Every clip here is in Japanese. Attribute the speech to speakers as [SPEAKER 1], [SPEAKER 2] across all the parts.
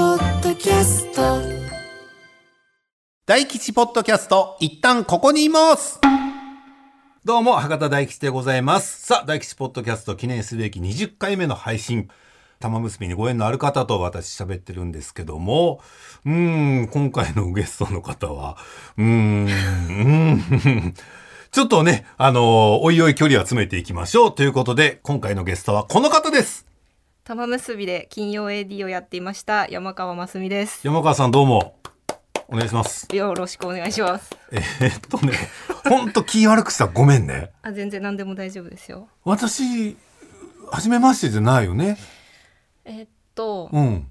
[SPEAKER 1] キャスト
[SPEAKER 2] 大吉ポッドキャスト、一旦ここにいますどうも、博多大吉でございます。さあ、大吉ポッドキャスト記念すべき20回目の配信。玉結びにご縁のある方と私喋ってるんですけども、うーん、今回のゲストの方は、うーん、うーん、ちょっとね、あのおいおい距離を詰めていきましょうということで、今回のゲストはこの方です
[SPEAKER 3] 玉結びで金曜 AD をやっていました山川真澄です。
[SPEAKER 2] 山川さんどうも、お願いします。
[SPEAKER 3] よろしくお願いします。
[SPEAKER 2] えーっとね、ほんと気悪くしたらごめんね。
[SPEAKER 3] あ、全然何でも大丈夫ですよ。
[SPEAKER 2] 私初めましてじゃないよね
[SPEAKER 3] えっと、
[SPEAKER 2] うん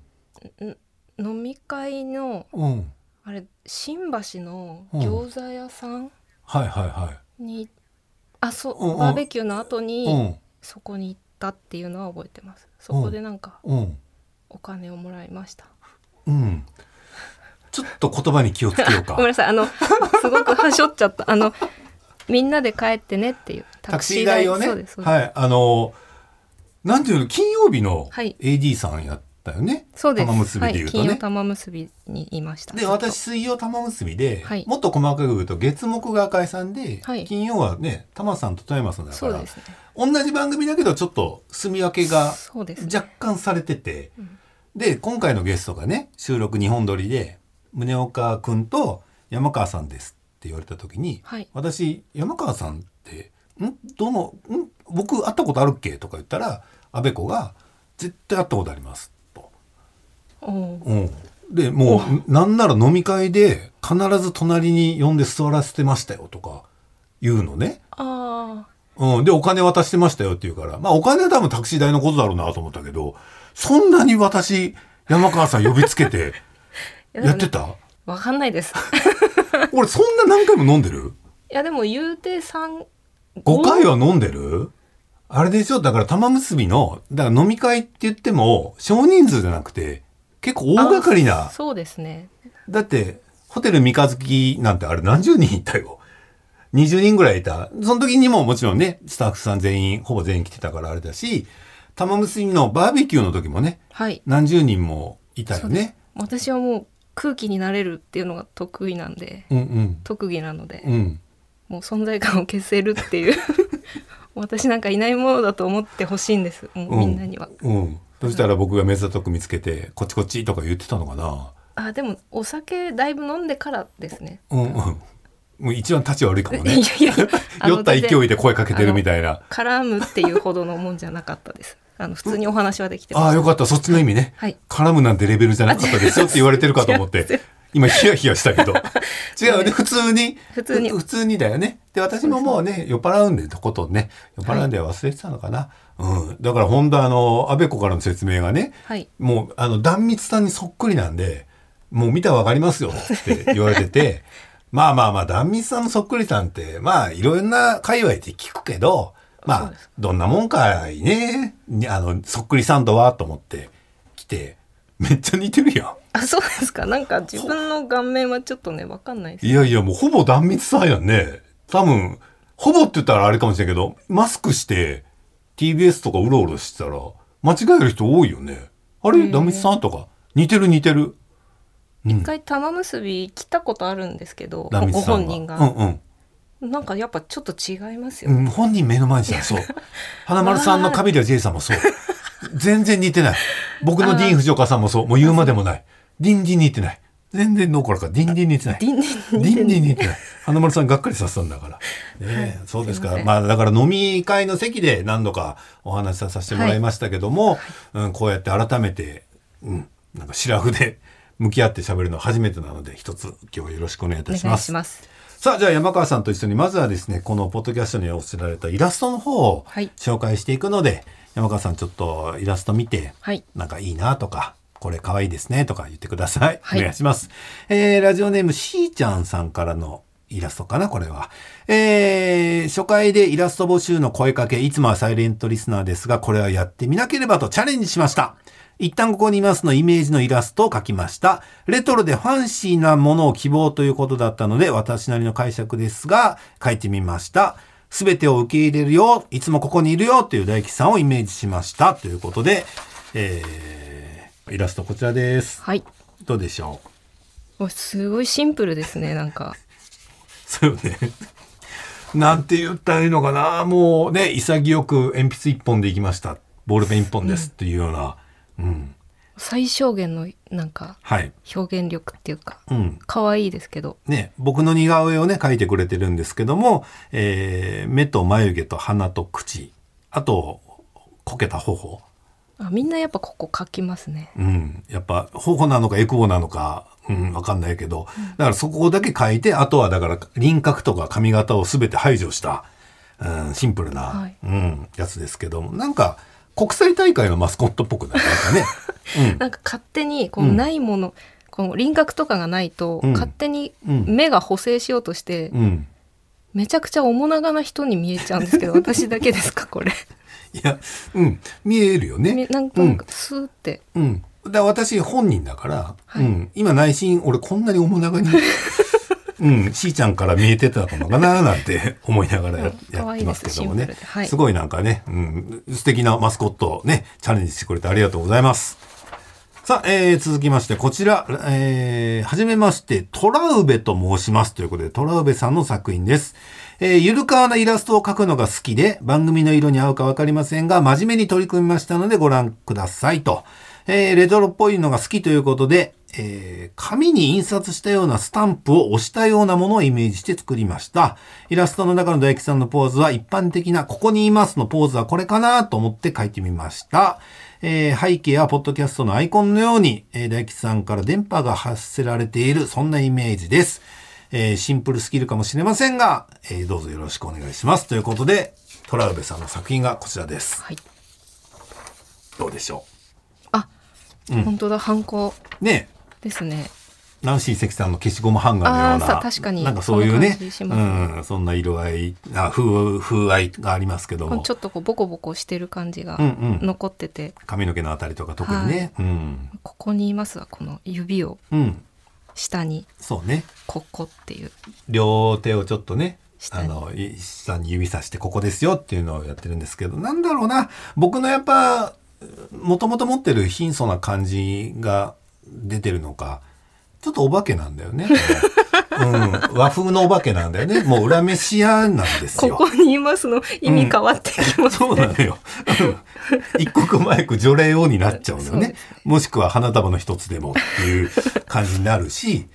[SPEAKER 3] 飲み会の
[SPEAKER 2] うん
[SPEAKER 3] あれ新橋の餃子屋さん
[SPEAKER 2] はいはいは
[SPEAKER 3] に、あ、そ
[SPEAKER 2] うんうん
[SPEAKER 3] うバーベキューの後
[SPEAKER 2] い
[SPEAKER 3] に、
[SPEAKER 2] うん
[SPEAKER 3] そこに行ったっていうのは覚えてます。そこでなんか
[SPEAKER 2] うん
[SPEAKER 3] お金をもらいました。
[SPEAKER 2] うんちょっと言葉に気をつけよう
[SPEAKER 3] ごめ
[SPEAKER 2] か
[SPEAKER 3] んなさい、あのすごくはしょっちゃった。あのみんなで帰ってねっていう
[SPEAKER 2] タクシー代をね
[SPEAKER 3] そうですそうです。
[SPEAKER 2] はいあのなんていうの金曜日の
[SPEAKER 3] はい
[SPEAKER 2] AD さんやったよね、
[SPEAKER 3] そうです。
[SPEAKER 2] 玉結びで言うと
[SPEAKER 3] はい、金
[SPEAKER 2] ね
[SPEAKER 3] 曜、玉結びにいました。ず
[SPEAKER 2] で
[SPEAKER 3] っと
[SPEAKER 2] 私水曜玉結びで、
[SPEAKER 3] はい
[SPEAKER 2] もっと細かく言うと月木が赤井さんで、
[SPEAKER 3] はい
[SPEAKER 2] 金曜はね玉さんと富山さんだか
[SPEAKER 3] そう
[SPEAKER 2] ら
[SPEAKER 3] ですね。
[SPEAKER 2] 同じ番組だけどちょっと住み分けが
[SPEAKER 3] そうです、ね。
[SPEAKER 2] 若干されてて、
[SPEAKER 3] うん
[SPEAKER 2] で今回のゲストがね収録2本撮りで宗岡君と山川さんですって言われた時に、
[SPEAKER 3] はい
[SPEAKER 2] 私山川さんって「んどのん僕会ったことあるっけ?」とか言ったら安部子が「絶対会ったことあります」と。
[SPEAKER 3] おお。
[SPEAKER 2] うん、でもうなんなら飲み会で必ず隣に呼んで座らせてましたよとか言うのね。
[SPEAKER 3] あ
[SPEAKER 2] うん。で、お金渡してましたよって言うから。まあ、お金は多分タクシー代のことだろうなと思ったけど、そんなに私、山川さん呼びつけて
[SPEAKER 3] あ。
[SPEAKER 2] やって
[SPEAKER 3] た。
[SPEAKER 2] た
[SPEAKER 3] わかんないです。
[SPEAKER 2] 俺、そんな何回も飲んでる
[SPEAKER 3] いやでも言うて三。
[SPEAKER 2] ?5 回は飲んでるあれでしょだから玉結びの、だから飲み会って言っても、少人数じゃなくて、結構大掛かり
[SPEAKER 3] あ
[SPEAKER 2] な。
[SPEAKER 3] そうですね。
[SPEAKER 2] だって、ホテル三日月なんてあれ何十人いたよ。20人ぐらいいた。その時にももちろんね、スタッフさん全員、ほぼ全員来てたからあれだし、玉結びのバーベキューの時もね、
[SPEAKER 3] はい。
[SPEAKER 2] 何十人もいたよね。
[SPEAKER 3] 私はもう空気になれるっていうのが得意なんで、
[SPEAKER 2] うん
[SPEAKER 3] 特技なので、
[SPEAKER 2] うん。うん。
[SPEAKER 3] もう存在感を消せるっていう 私なんかいないものだと思ってほしいんです。もうみんなには。
[SPEAKER 2] うん。そしたら僕が目ざとく見つけて、こっちこっちとか言ってたのかな。
[SPEAKER 3] あでもお酒だいぶ飲んでからですね。
[SPEAKER 2] うんうん。もう一番立ち悪いかも
[SPEAKER 3] い
[SPEAKER 2] ね。
[SPEAKER 3] やいやいや。あの
[SPEAKER 2] 酔った勢いで声かけてるみたいな。
[SPEAKER 3] 絡むっていうほどのもんじゃなかったです。あの普通にお話はできて
[SPEAKER 2] あ
[SPEAKER 3] ま
[SPEAKER 2] あ、
[SPEAKER 3] す。
[SPEAKER 2] よかった。そっちの意味ね。
[SPEAKER 3] はい。
[SPEAKER 2] 絡むなんてレベルじゃなかったですよって言われてるかと思っ
[SPEAKER 3] 違います
[SPEAKER 2] て。今ヒヤヒヤした けど。違うね。普通に。
[SPEAKER 3] 普通に
[SPEAKER 2] ふ普通にだよね。で、私ももうね、酔っ払うんで、とことんね。酔っ払うんで忘れてたのかな。うん。だから本当あの、安倍子からの説明がね、
[SPEAKER 3] はい。
[SPEAKER 2] もう、あの、壇蜜さんにそっくりなんで、もう見たらわかりますよって言われてて、 まあまあまあ、壇蜜さんのそっくりさんって、まあ、いろんな界隈で聞くけど、
[SPEAKER 3] そ
[SPEAKER 2] まあ
[SPEAKER 3] うです、
[SPEAKER 2] どんなもんかいね、にあの、そっくりさんとは、と思って来て、めっちゃ似てるや
[SPEAKER 3] あ、そうですか。なんか自分の顔面はちょっとね、わかんないです
[SPEAKER 2] ん。。いやいや、もうほぼ壇蜜さんやんね。多分、ほぼって言ったらあれかもしれんけど、マスクして、TBS とかうろうろしてたら、間違える人多いよね。あれ、壇蜜さんとか、似てる似てる。
[SPEAKER 3] 一回玉結び来たことあるんですけど、
[SPEAKER 2] 壇
[SPEAKER 3] ご
[SPEAKER 2] 蜜
[SPEAKER 3] ご
[SPEAKER 2] さんは
[SPEAKER 3] 本人が、
[SPEAKER 2] うんうん
[SPEAKER 3] なんかやっぱちょっと違いますよ
[SPEAKER 2] う
[SPEAKER 3] ね。
[SPEAKER 2] ん、本人目の前にしたら そう。花丸さんの上寺 J さんもそう。全然似てない。僕のディーン・フジオカさんもそう。もう言うまでもない。ディンディン似てない。全然どころか、ディンディン似てない。
[SPEAKER 3] ディンディン
[SPEAKER 2] ディンディン似てない。花丸さんがっかりさせたんだから。ねえそうです
[SPEAKER 3] すいま
[SPEAKER 2] か。
[SPEAKER 3] せん
[SPEAKER 2] まあだから飲み会の席で何度かお話しさせてもらいましたけども、うん、こうやって改めて、うん、なんか白筆で向き合って喋るのは初めてなので、一つ今日はよろしくお願いい
[SPEAKER 3] お
[SPEAKER 2] た
[SPEAKER 3] 願
[SPEAKER 2] しま
[SPEAKER 3] い
[SPEAKER 2] す
[SPEAKER 3] し。ます。
[SPEAKER 2] さあ、じゃあ山川さんと一緒に、まずはですね、このポッドキャストに寄せられたイラストの方を
[SPEAKER 3] はい
[SPEAKER 2] 紹介していくので、山川さんちょっとイラスト見て、
[SPEAKER 3] はい
[SPEAKER 2] なんかいいなとか、これ可愛いですねとか言ってください。
[SPEAKER 3] はい
[SPEAKER 2] お願いします。えー、ラジオネームしーちゃんさんからのイラストかな、これは。えー、初回でイラスト募集の声かけ、いつもはサイレントリスナーですが、これはやってみなければとチャレンジしました。一旦ここにいますのイメージのイラストを描きました。レトロでファンシーなものを希望ということだったので、私なりの解釈ですが、描いてみました。すべてを受け入れるよ、いつもここにいるよという大吉さんをイメージしました。ということで、えー、イラストこちらです。
[SPEAKER 3] はい。
[SPEAKER 2] どうでしょう
[SPEAKER 3] おすごいシンプルですねなんか
[SPEAKER 2] そうよね。 なんて言ったらいいのかなもうね、潔く鉛筆一本でいきました。ボールペン一本ですっていうような。うん。
[SPEAKER 3] 最小限のなんか
[SPEAKER 2] はい。
[SPEAKER 3] 表現力っていうか
[SPEAKER 2] うん。
[SPEAKER 3] 可愛いですけど
[SPEAKER 2] ね、僕の似顔絵をね、描いてくれてるんですけども、えー、目と眉毛と鼻と口。あと、こけた頬。
[SPEAKER 3] あみんなやっぱここ描きますね
[SPEAKER 2] うん。やっぱ、頬なのかエクボなのか、うん、わかんないけど。だからそこだけ描いて、あとはだから輪郭とか髪型を全て排除した、うん、シンプルな、
[SPEAKER 3] はい
[SPEAKER 2] うん、やつですけども。なんか、国際大会のマスコットっぽくない なんかね。
[SPEAKER 3] なんか勝手にこ
[SPEAKER 2] う
[SPEAKER 3] うんないもの、この輪郭とかがないと、
[SPEAKER 2] うん
[SPEAKER 3] 勝手に
[SPEAKER 2] うん
[SPEAKER 3] 目が補正しようとして、
[SPEAKER 2] うん。うん。
[SPEAKER 3] めちゃくちゃ面長な人に見えちゃうん ですけど私だけですかこれ
[SPEAKER 2] いや、うん。見えるよね。
[SPEAKER 3] みなんとなくスーって、
[SPEAKER 2] うん。だから私本人だから、
[SPEAKER 3] はい
[SPEAKER 2] うん。今内心、俺こんなに面長 に、うん、しーちゃんから見えてたのかななんて思いながらや
[SPEAKER 3] うん可
[SPEAKER 2] やっ
[SPEAKER 3] 愛
[SPEAKER 2] て
[SPEAKER 3] いで
[SPEAKER 2] ますすけども
[SPEAKER 3] シンプ
[SPEAKER 2] ね
[SPEAKER 3] ルで。はい
[SPEAKER 2] すごいなんかね、うん、素敵なマスコットをね、チャレンジしてくれてありがとうございます。さあ、えー、続きまして、こちら、えー、はじめまして、トラウベと申しますということで、トラウベさんの作品です。えー、ゆるかわなイラストを描くのが好きで、番組の色に合うかわかりませんが、真面目に取り組みましたのでご覧くださいと。えー、レトロっぽいのが好きということで、えー、紙に印刷したようなスタンプを押したようなものをイメージして作りました。イラストの中の大吉さんのポーズは一般的な、ここにいますのポーズはこれかなと思って書いてみました。えー背景やポッドキャストのアイコンのように、えー大吉さんから電波が発せられている、そんなイメージです。えーシンプルスキルかもしれませんが、えーどうぞよろしくお願いします。ということで、トラウベさんの作品がこちらです。
[SPEAKER 3] はい、
[SPEAKER 2] どうでしょ
[SPEAKER 3] あ、本当だハンコ
[SPEAKER 2] うねえ
[SPEAKER 3] ですね
[SPEAKER 2] ナンシー関さんの消しゴムハンガーのよう
[SPEAKER 3] あーさ
[SPEAKER 2] な。
[SPEAKER 3] 確かに
[SPEAKER 2] なんかそういうね
[SPEAKER 3] そんな感じしま
[SPEAKER 2] うん、そんな色合い、あ風、風合いがありますけど
[SPEAKER 3] この
[SPEAKER 2] も
[SPEAKER 3] ち。ょっとこうボコボコしてる感じが
[SPEAKER 2] うんうん
[SPEAKER 3] 残ってて、
[SPEAKER 2] 髪の毛のあたりとか特にね。うん。
[SPEAKER 3] ここにいますはこの指を
[SPEAKER 2] うん。
[SPEAKER 3] 下に
[SPEAKER 2] そうね。
[SPEAKER 3] ここっていう
[SPEAKER 2] 両手をちょっとね
[SPEAKER 3] 下
[SPEAKER 2] あ
[SPEAKER 3] に
[SPEAKER 2] のい下に指さしてここですよっていうのをやってるんですけどなんだろうな僕のやっぱもともと持ってる貧相な感じが出てるのかちょっとお化けなんだよ ね。うん、和風のお化けなんだよね。もう恨めし屋なんです
[SPEAKER 3] こ
[SPEAKER 2] よ。
[SPEAKER 3] こにいますの意味変わってきますね、
[SPEAKER 2] そうなの よ。うん一刻も早く除霊王になっちゃうのよ
[SPEAKER 3] そう
[SPEAKER 2] ね
[SPEAKER 3] です。
[SPEAKER 2] もしくは花束の一つでもっていう感じになるし、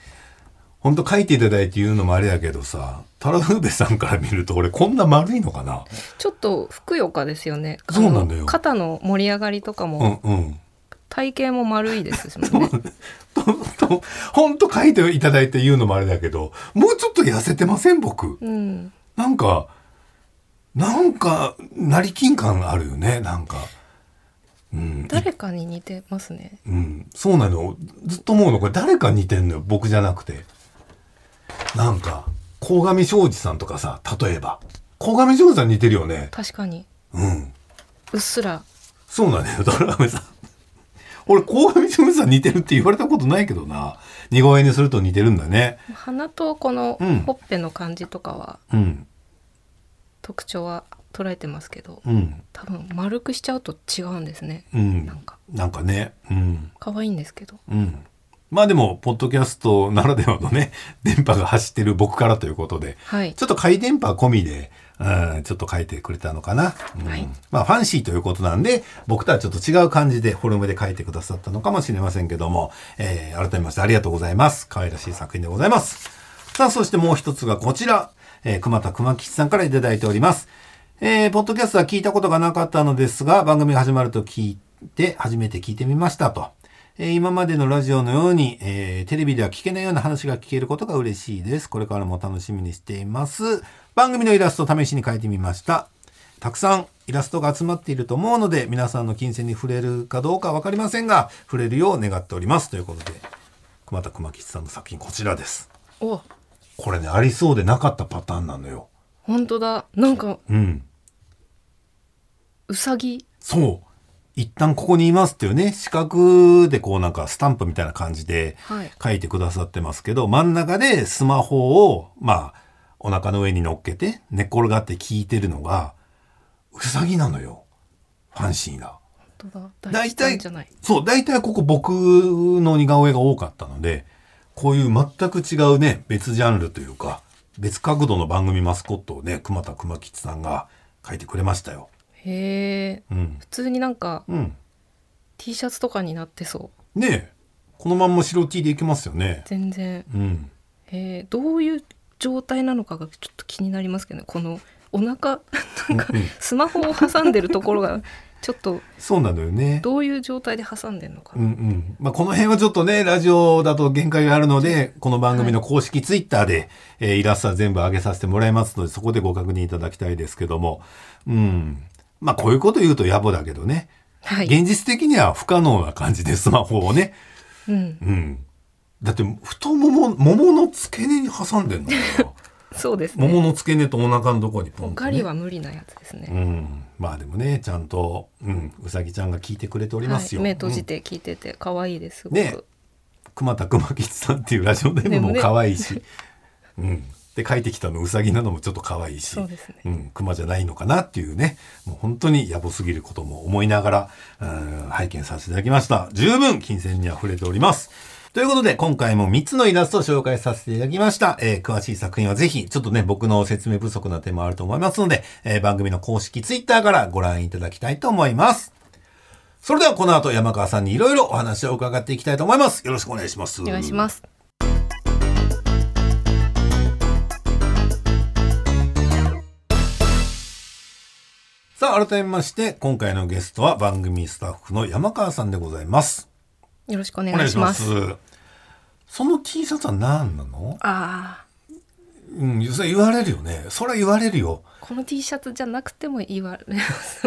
[SPEAKER 2] ほんと書いていただいて言うのもあれだけどさ、タラフーベさんから見ると俺こんな丸いのかな
[SPEAKER 3] ちょっとふくよかですよねあの
[SPEAKER 2] そうなんだよ
[SPEAKER 3] 肩の盛り上がりとかも、
[SPEAKER 2] うんうん。
[SPEAKER 3] 体型も丸いですもんね
[SPEAKER 2] ととほんと書いていただいて言うのもあれだけど、もうちょっと痩せてません僕。
[SPEAKER 3] うん
[SPEAKER 2] なんか、なんか、成金感あるよね、なんか。うん、
[SPEAKER 3] 誰かに似てますね
[SPEAKER 2] うん、そうなの。ずっと思うの。これ誰か似てんのよ。僕じゃなくて。なんか、鴻上庄司さんとかさ、例えば。鴻上庄司さん似てるよね。
[SPEAKER 3] 確かに
[SPEAKER 2] うん。
[SPEAKER 3] うっすら
[SPEAKER 2] そうなんだよ、ドラムさん。俺、鴻上庄司さん似てるって言われたことないけどな。似顔絵にすると似てるんだね。
[SPEAKER 3] 鼻とこの
[SPEAKER 2] うん
[SPEAKER 3] ほっぺの感じとかは
[SPEAKER 2] うん。
[SPEAKER 3] 特徴は捉えてますけど
[SPEAKER 2] うん。
[SPEAKER 3] 多分丸くしちゃうと違うんですね
[SPEAKER 2] うん。
[SPEAKER 3] なんか
[SPEAKER 2] なんかね。うん。
[SPEAKER 3] 可愛いんですけど
[SPEAKER 2] うん。まあでも、ポッドキャストならではのね、電波が走ってる僕からということで、
[SPEAKER 3] はい
[SPEAKER 2] ちょっと回電波込みで、うん、ちょっと書いてくれたのかな。うん
[SPEAKER 3] はい
[SPEAKER 2] まあ、ファンシーということなんで、僕とはちょっと違う感じで、フォルムで書いてくださったのかもしれませんけども、えー、改めましてありがとうございます。可愛らしい作品でございます。さあ、そしてもう一つがこちら、えー、熊田熊吉さんからいただいております。えー、ポッドキャストは聞いたことがなかったのですが、番組が始まると聞いて、初めて聞いてみましたと。えー今までのラジオのように、えーテレビでは聞けないような話が聞けることが嬉しいです。これからも楽しみにしています。番組のイラストを試しに描いてみました。たくさんイラストが集まっていると思うので、皆さんの金銭に触れるかどうかわかりませんが、触れるよう願っております。ということで、熊田熊吉さんの作品こちらです。
[SPEAKER 3] お
[SPEAKER 2] これね、ありそうでなかったパターンなのよ。
[SPEAKER 3] 本当だなんか
[SPEAKER 2] うん。
[SPEAKER 3] うさぎ
[SPEAKER 2] そう。一旦ここにいますっていうね、四角でこうなんかスタンプみたいな感じで
[SPEAKER 3] はい
[SPEAKER 2] 書いてくださってますけど、真ん中でスマホを、まあ、お腹の上に乗っけて寝っ転がって聞いてるのが、うさぎなのよ。ファンシーな。
[SPEAKER 3] 当だ。
[SPEAKER 2] 大
[SPEAKER 3] 大
[SPEAKER 2] 体
[SPEAKER 3] 体じゃない。
[SPEAKER 2] そう、大体ここ僕の似顔絵が多かったので、こういう全く違うね、別ジャンルというか、別角度の番組マスコットをね、熊田熊吉さんが書いてくれましたよ。
[SPEAKER 3] へえ。
[SPEAKER 2] うん。
[SPEAKER 3] 普通になんか
[SPEAKER 2] うん。
[SPEAKER 3] T シャツとかになってそう。
[SPEAKER 2] ねえ、このまんま白 T でいけますよね。
[SPEAKER 3] 全然。
[SPEAKER 2] うん。
[SPEAKER 3] えー、どういう状態なのかがちょっと気になりますけどねこのお腹なんか
[SPEAKER 2] うん
[SPEAKER 3] スマホを挟んでるところがちょっと
[SPEAKER 2] そうなのよね。
[SPEAKER 3] どういう状態で挟んでるのか
[SPEAKER 2] うんうん。まあ、この辺はちょっとね、ラジオだと限界があるので、この番組の公式ツイッターで、えーイラストは全部上げさせてもらいますので、そこでご確認いただきたいですけども。うん。まあ、こういうこと言うと野暮だけどね。
[SPEAKER 3] はい、
[SPEAKER 2] 現実的には不可能な感じで、スマホをね。
[SPEAKER 3] うん、
[SPEAKER 2] うん。だって、太もも、桃の付け根に挟んでんのか な
[SPEAKER 3] そうですね
[SPEAKER 2] 桃の付け根とお腹のところにポンと、ね。
[SPEAKER 3] ガリは無理なやつです
[SPEAKER 2] う
[SPEAKER 3] ね、
[SPEAKER 2] ん。まあでもね、ちゃんと、うん、うさぎちゃんが聞いてくれておりま
[SPEAKER 3] は
[SPEAKER 2] す
[SPEAKER 3] い、
[SPEAKER 2] よ。
[SPEAKER 3] 目閉
[SPEAKER 2] うん
[SPEAKER 3] じて聞いてて可愛いですすごく、
[SPEAKER 2] ね熊田熊吉さんっていうラジオネームも可愛いし、うん。で、書いてきたのうさぎなのもちょっと可愛いし、
[SPEAKER 3] そうですね
[SPEAKER 2] うん、熊じゃないのかなっていうね、もう本当に野暮すぎることも思いながら、うん拝見させていただきました。十分金銭に溢れております。ということで、今回も3つのイラストを紹介させていただきました。えー詳しい作品はぜひ、ちょっとね、僕の説明不足な点もあると思いますので、えー番組の公式ツイッターからご覧いただきたいと思います。それではこの後山川さんにいろいろお話を伺っていきたいと思います。よろしくお願いします。
[SPEAKER 3] お願いします
[SPEAKER 2] さあ、改めまして、今回のゲストは番組スタッフの山川さんでございます。
[SPEAKER 3] よろしくお願いします
[SPEAKER 2] お願いしますその T シャツは何なの
[SPEAKER 3] あ
[SPEAKER 2] うん、それ言われるよね。それは言われるよ。
[SPEAKER 3] あこの T シャツじゃなくても言われます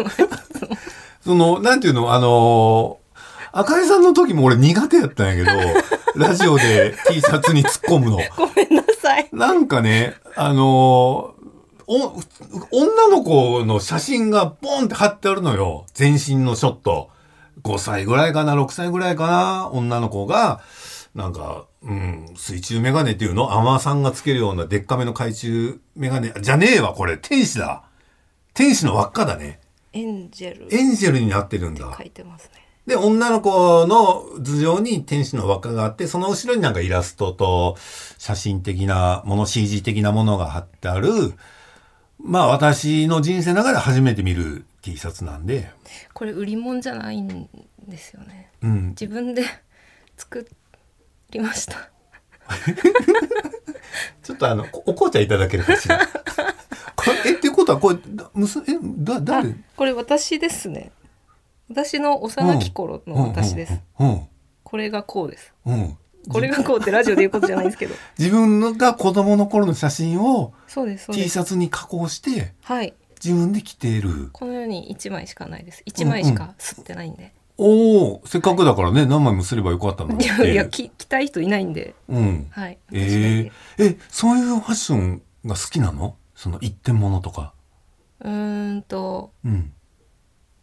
[SPEAKER 2] その、なんていうの、あのー、赤井さんの時も俺苦手やったんやけど、ラジオで T シャツに突っ込むの。
[SPEAKER 3] ごめんなさい
[SPEAKER 2] なんかね、あのーお、女の子の写真がボンって貼ってあるのよ。全身のショット。5歳ぐらいかな、6歳ぐらいかな、女の子が、なんか、うん、水中メガネっていうのアマさんがつけるようなでっかめの懐中メガネ。じゃねえわ、これ。天使だ。天使の輪っかだね。
[SPEAKER 3] エンジェル
[SPEAKER 2] エンジェルになってるんだ。
[SPEAKER 3] 書いてますね
[SPEAKER 2] で、女の子の頭上に天使の輪っかがあって、その後ろになんかイラストと写真的なもの、CG 的なものが貼ってある、まあ私の人生の中で初めて見る T シャツなんで、
[SPEAKER 3] これ売り物じゃないんですよね
[SPEAKER 2] うん。
[SPEAKER 3] 自分で 作りました
[SPEAKER 2] ちょっとあの、こお紅茶いただけるかし ら。これえ、っていうことは、これ、だ娘、え、だ、誰
[SPEAKER 3] これ私ですね私の幼き頃の私です、。
[SPEAKER 2] うんうん
[SPEAKER 3] これがこうです
[SPEAKER 2] うん。うん。
[SPEAKER 3] これがこうってラジオで言うことじゃないんで すけど
[SPEAKER 2] 自分のが子供の頃の写真を
[SPEAKER 3] そうですそうで
[SPEAKER 2] T
[SPEAKER 3] す
[SPEAKER 2] シャツに加工して、
[SPEAKER 3] はい
[SPEAKER 2] 自分で着ている。
[SPEAKER 3] このように1枚しかないです1枚しか吸ってないんで、
[SPEAKER 2] おお、せっかくだからね、何枚もすればよかったのに
[SPEAKER 3] い
[SPEAKER 2] っ
[SPEAKER 3] や
[SPEAKER 2] て
[SPEAKER 3] いうやき着たい人いないんで
[SPEAKER 2] うん。
[SPEAKER 3] はい私だ
[SPEAKER 2] え
[SPEAKER 3] け
[SPEAKER 2] ええ、そういうファッションが好きなのその一点物とか。
[SPEAKER 3] うーんと
[SPEAKER 2] うん。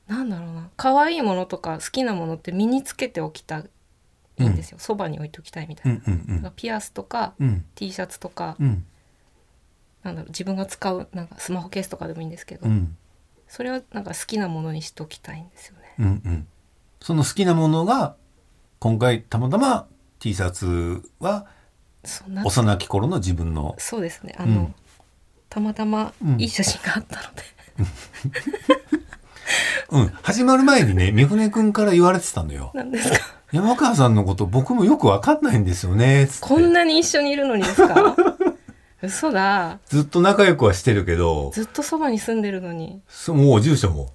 [SPEAKER 3] なんだろうな可愛いものとか好きなものって身につけておきたいんですよ、そばに置いておきたいみた
[SPEAKER 2] うん
[SPEAKER 3] いな、
[SPEAKER 2] う
[SPEAKER 3] だから
[SPEAKER 2] ん
[SPEAKER 3] ピアスとか
[SPEAKER 2] うん。うん。
[SPEAKER 3] T シャツとか、
[SPEAKER 2] うん。
[SPEAKER 3] なんだろう自分が使うなんかスマホケースとかでもいいんですけど、
[SPEAKER 2] うん。
[SPEAKER 3] それはなんか好きなものにしときたいんですよね。
[SPEAKER 2] うん。うん。その好きなものが、今回たまたま T シャツは
[SPEAKER 3] そんな
[SPEAKER 2] 幼き頃の自分の。
[SPEAKER 3] そうですねあの、
[SPEAKER 2] うん
[SPEAKER 3] たまたまいい写真があったので、。
[SPEAKER 2] うん。始まる前にね、三船くんから言われてたのよ
[SPEAKER 3] なんですか
[SPEAKER 2] 山川さんのこと僕もよくわかんないんですよね。つって
[SPEAKER 3] こんなに一緒にいるのにで すか嘘だ
[SPEAKER 2] ずっと仲良くはしてるけど、
[SPEAKER 3] ずっとそばに住んでるのに
[SPEAKER 2] そもう住所も。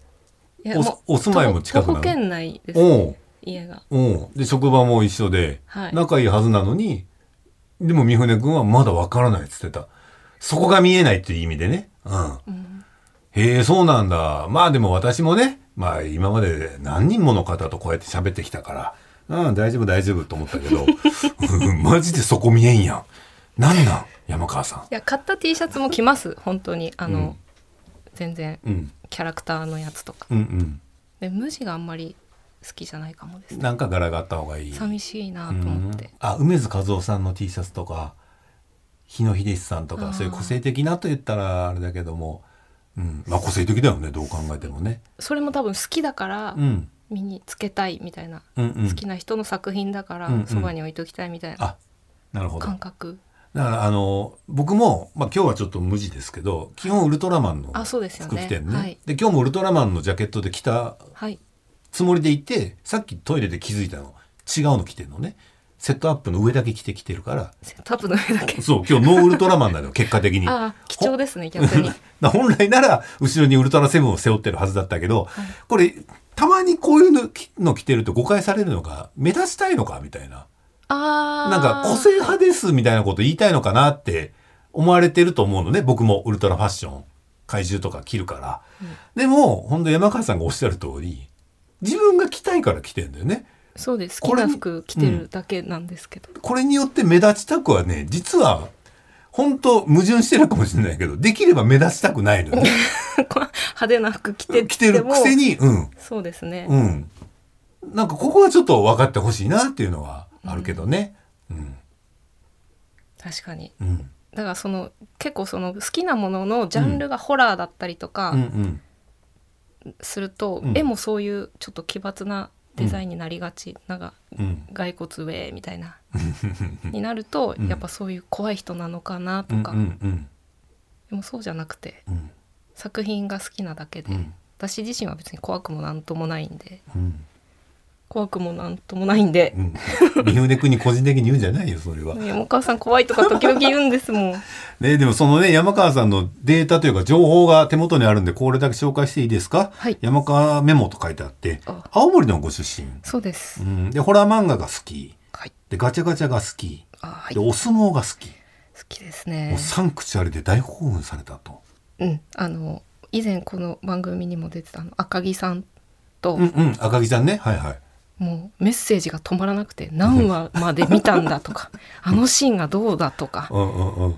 [SPEAKER 3] い
[SPEAKER 2] お
[SPEAKER 3] もう
[SPEAKER 2] お住まいも近くなの
[SPEAKER 3] 徒歩圏内です、
[SPEAKER 2] おう
[SPEAKER 3] 家が
[SPEAKER 2] うん。で、職場も一緒で、
[SPEAKER 3] はい
[SPEAKER 2] 仲いいはずなのに、でも三船くんはまだわからないっつってた。そこが見えないっていう意味でね。うん。
[SPEAKER 3] うん
[SPEAKER 2] へえ、そうなんだ。まあでも私もね、まあ今まで何人もの方とこうやって喋ってきたから、うん、大丈夫大丈夫と思ったけど、 うんマジでそこ見えんやん。なんなん山川さ
[SPEAKER 3] いや買った T シャツも着ます本当にあの、
[SPEAKER 2] うん
[SPEAKER 3] 全然
[SPEAKER 2] ん。うん。
[SPEAKER 3] キャラクターのやつとか
[SPEAKER 2] うん
[SPEAKER 3] で無地があんまり好きじゃないかもです
[SPEAKER 2] うん。
[SPEAKER 3] ね
[SPEAKER 2] なんか柄があった方がいい。
[SPEAKER 3] 寂しいなと思って
[SPEAKER 2] うん、あ梅津和夫さんの T シャツとか日野秀樹さんと
[SPEAKER 3] あ
[SPEAKER 2] か
[SPEAKER 3] ー
[SPEAKER 2] そういう個性的なと言ったらあれだけども、うんまあ、個性的だよねどう考えてもね。
[SPEAKER 3] それも多分好きだから、
[SPEAKER 2] うん
[SPEAKER 3] 身につけたいみたいな、
[SPEAKER 2] うんうん
[SPEAKER 3] 好きな人の作品だから
[SPEAKER 2] うんうん
[SPEAKER 3] そば、に置いときたいみたいな
[SPEAKER 2] あなるほど
[SPEAKER 3] 感覚
[SPEAKER 2] だからあの僕も、まあ、今日はちょっと無地ですけど基本ウルトラマンの
[SPEAKER 3] あそうですよ
[SPEAKER 2] 服
[SPEAKER 3] ね
[SPEAKER 2] 着てんね
[SPEAKER 3] はい
[SPEAKER 2] で今日もウルトラマンのジャケットで着た
[SPEAKER 3] はい
[SPEAKER 2] つもりでいてさっきトイレで気づいたの違うの着てんのねセットアップの上だけ着てきてるから
[SPEAKER 3] セットアップの上だけ
[SPEAKER 2] そう今日ノーウルトラマンなのよ結果的に。
[SPEAKER 3] ああ貴重ですね逆 に
[SPEAKER 2] な本来なら後ろにウルトラセブンを背負ってるはずだったけど、これたまにこういうのきの着てると誤解されるのが目立ちたいのかみたいな
[SPEAKER 3] ああ
[SPEAKER 2] なんか個性派ですみたいなこと言いたいのかなって思われてると思うのね僕もウルトラファッション怪獣とか着るから、でも本当山川さんがおっしゃる通り自分が着たいから着てんだよね
[SPEAKER 3] そうです好
[SPEAKER 2] こ
[SPEAKER 3] き
[SPEAKER 2] れ
[SPEAKER 3] な服着てるだけなんですけど、
[SPEAKER 2] これによって目立ちたくはね実は本当矛盾してるかもしれないけどできれば目立ちたくないのよ ね
[SPEAKER 3] こう派手な服着て
[SPEAKER 2] 着てるくせにうん
[SPEAKER 3] そうですね、
[SPEAKER 2] うん。なんかここはちょっと分かってほしいなっていうのはあるけどね。うん。
[SPEAKER 3] 確かに
[SPEAKER 2] うん。
[SPEAKER 3] だからその結構その好きなもののジャンルがホラーだったりとか
[SPEAKER 2] うんうん。
[SPEAKER 3] すると、
[SPEAKER 2] うん
[SPEAKER 3] 絵もそういうちょっと奇抜なデザインになりがち、なんか
[SPEAKER 2] うん。
[SPEAKER 3] 骸骨ウェイみた いなになると、
[SPEAKER 2] うん
[SPEAKER 3] やっぱそういう怖い人なのかな
[SPEAKER 2] う
[SPEAKER 3] と
[SPEAKER 2] んうん
[SPEAKER 3] か、
[SPEAKER 2] うん
[SPEAKER 3] でもそうじゃなくて
[SPEAKER 2] うん
[SPEAKER 3] 作品が好きなだけで、
[SPEAKER 2] うん
[SPEAKER 3] 私自身は別に怖くもなんともないんで
[SPEAKER 2] うん
[SPEAKER 3] 怖くもなんともないんで
[SPEAKER 2] う、ん。三船君に個人的に言うんじゃないよ、それは。
[SPEAKER 3] ねお母さん怖いとか時々言うんで すもん
[SPEAKER 2] ね、でもそのね、山川さんのデータというか情報が手元にあるんで、これだけ紹介していいですか
[SPEAKER 3] はい
[SPEAKER 2] 山川メモと書いてあって
[SPEAKER 3] あ、
[SPEAKER 2] 青森のご出身。
[SPEAKER 3] そうです、
[SPEAKER 2] うん。で、ホラー漫画が好き。
[SPEAKER 3] はい
[SPEAKER 2] で、ガチャガチャが好き。
[SPEAKER 3] あはい
[SPEAKER 2] で、
[SPEAKER 3] 好
[SPEAKER 2] お相撲が好き。
[SPEAKER 3] きですね
[SPEAKER 2] もうサンクチュアリで大興奮されたと。
[SPEAKER 3] うん、あの以前この番組にも出てたあの赤木さんと、
[SPEAKER 2] うんうん。赤木さんね。はいはい。
[SPEAKER 3] もうメッセージが止まらなくて何話まで見たんだ とかあのシーンがどうだとか
[SPEAKER 2] うんうんうん。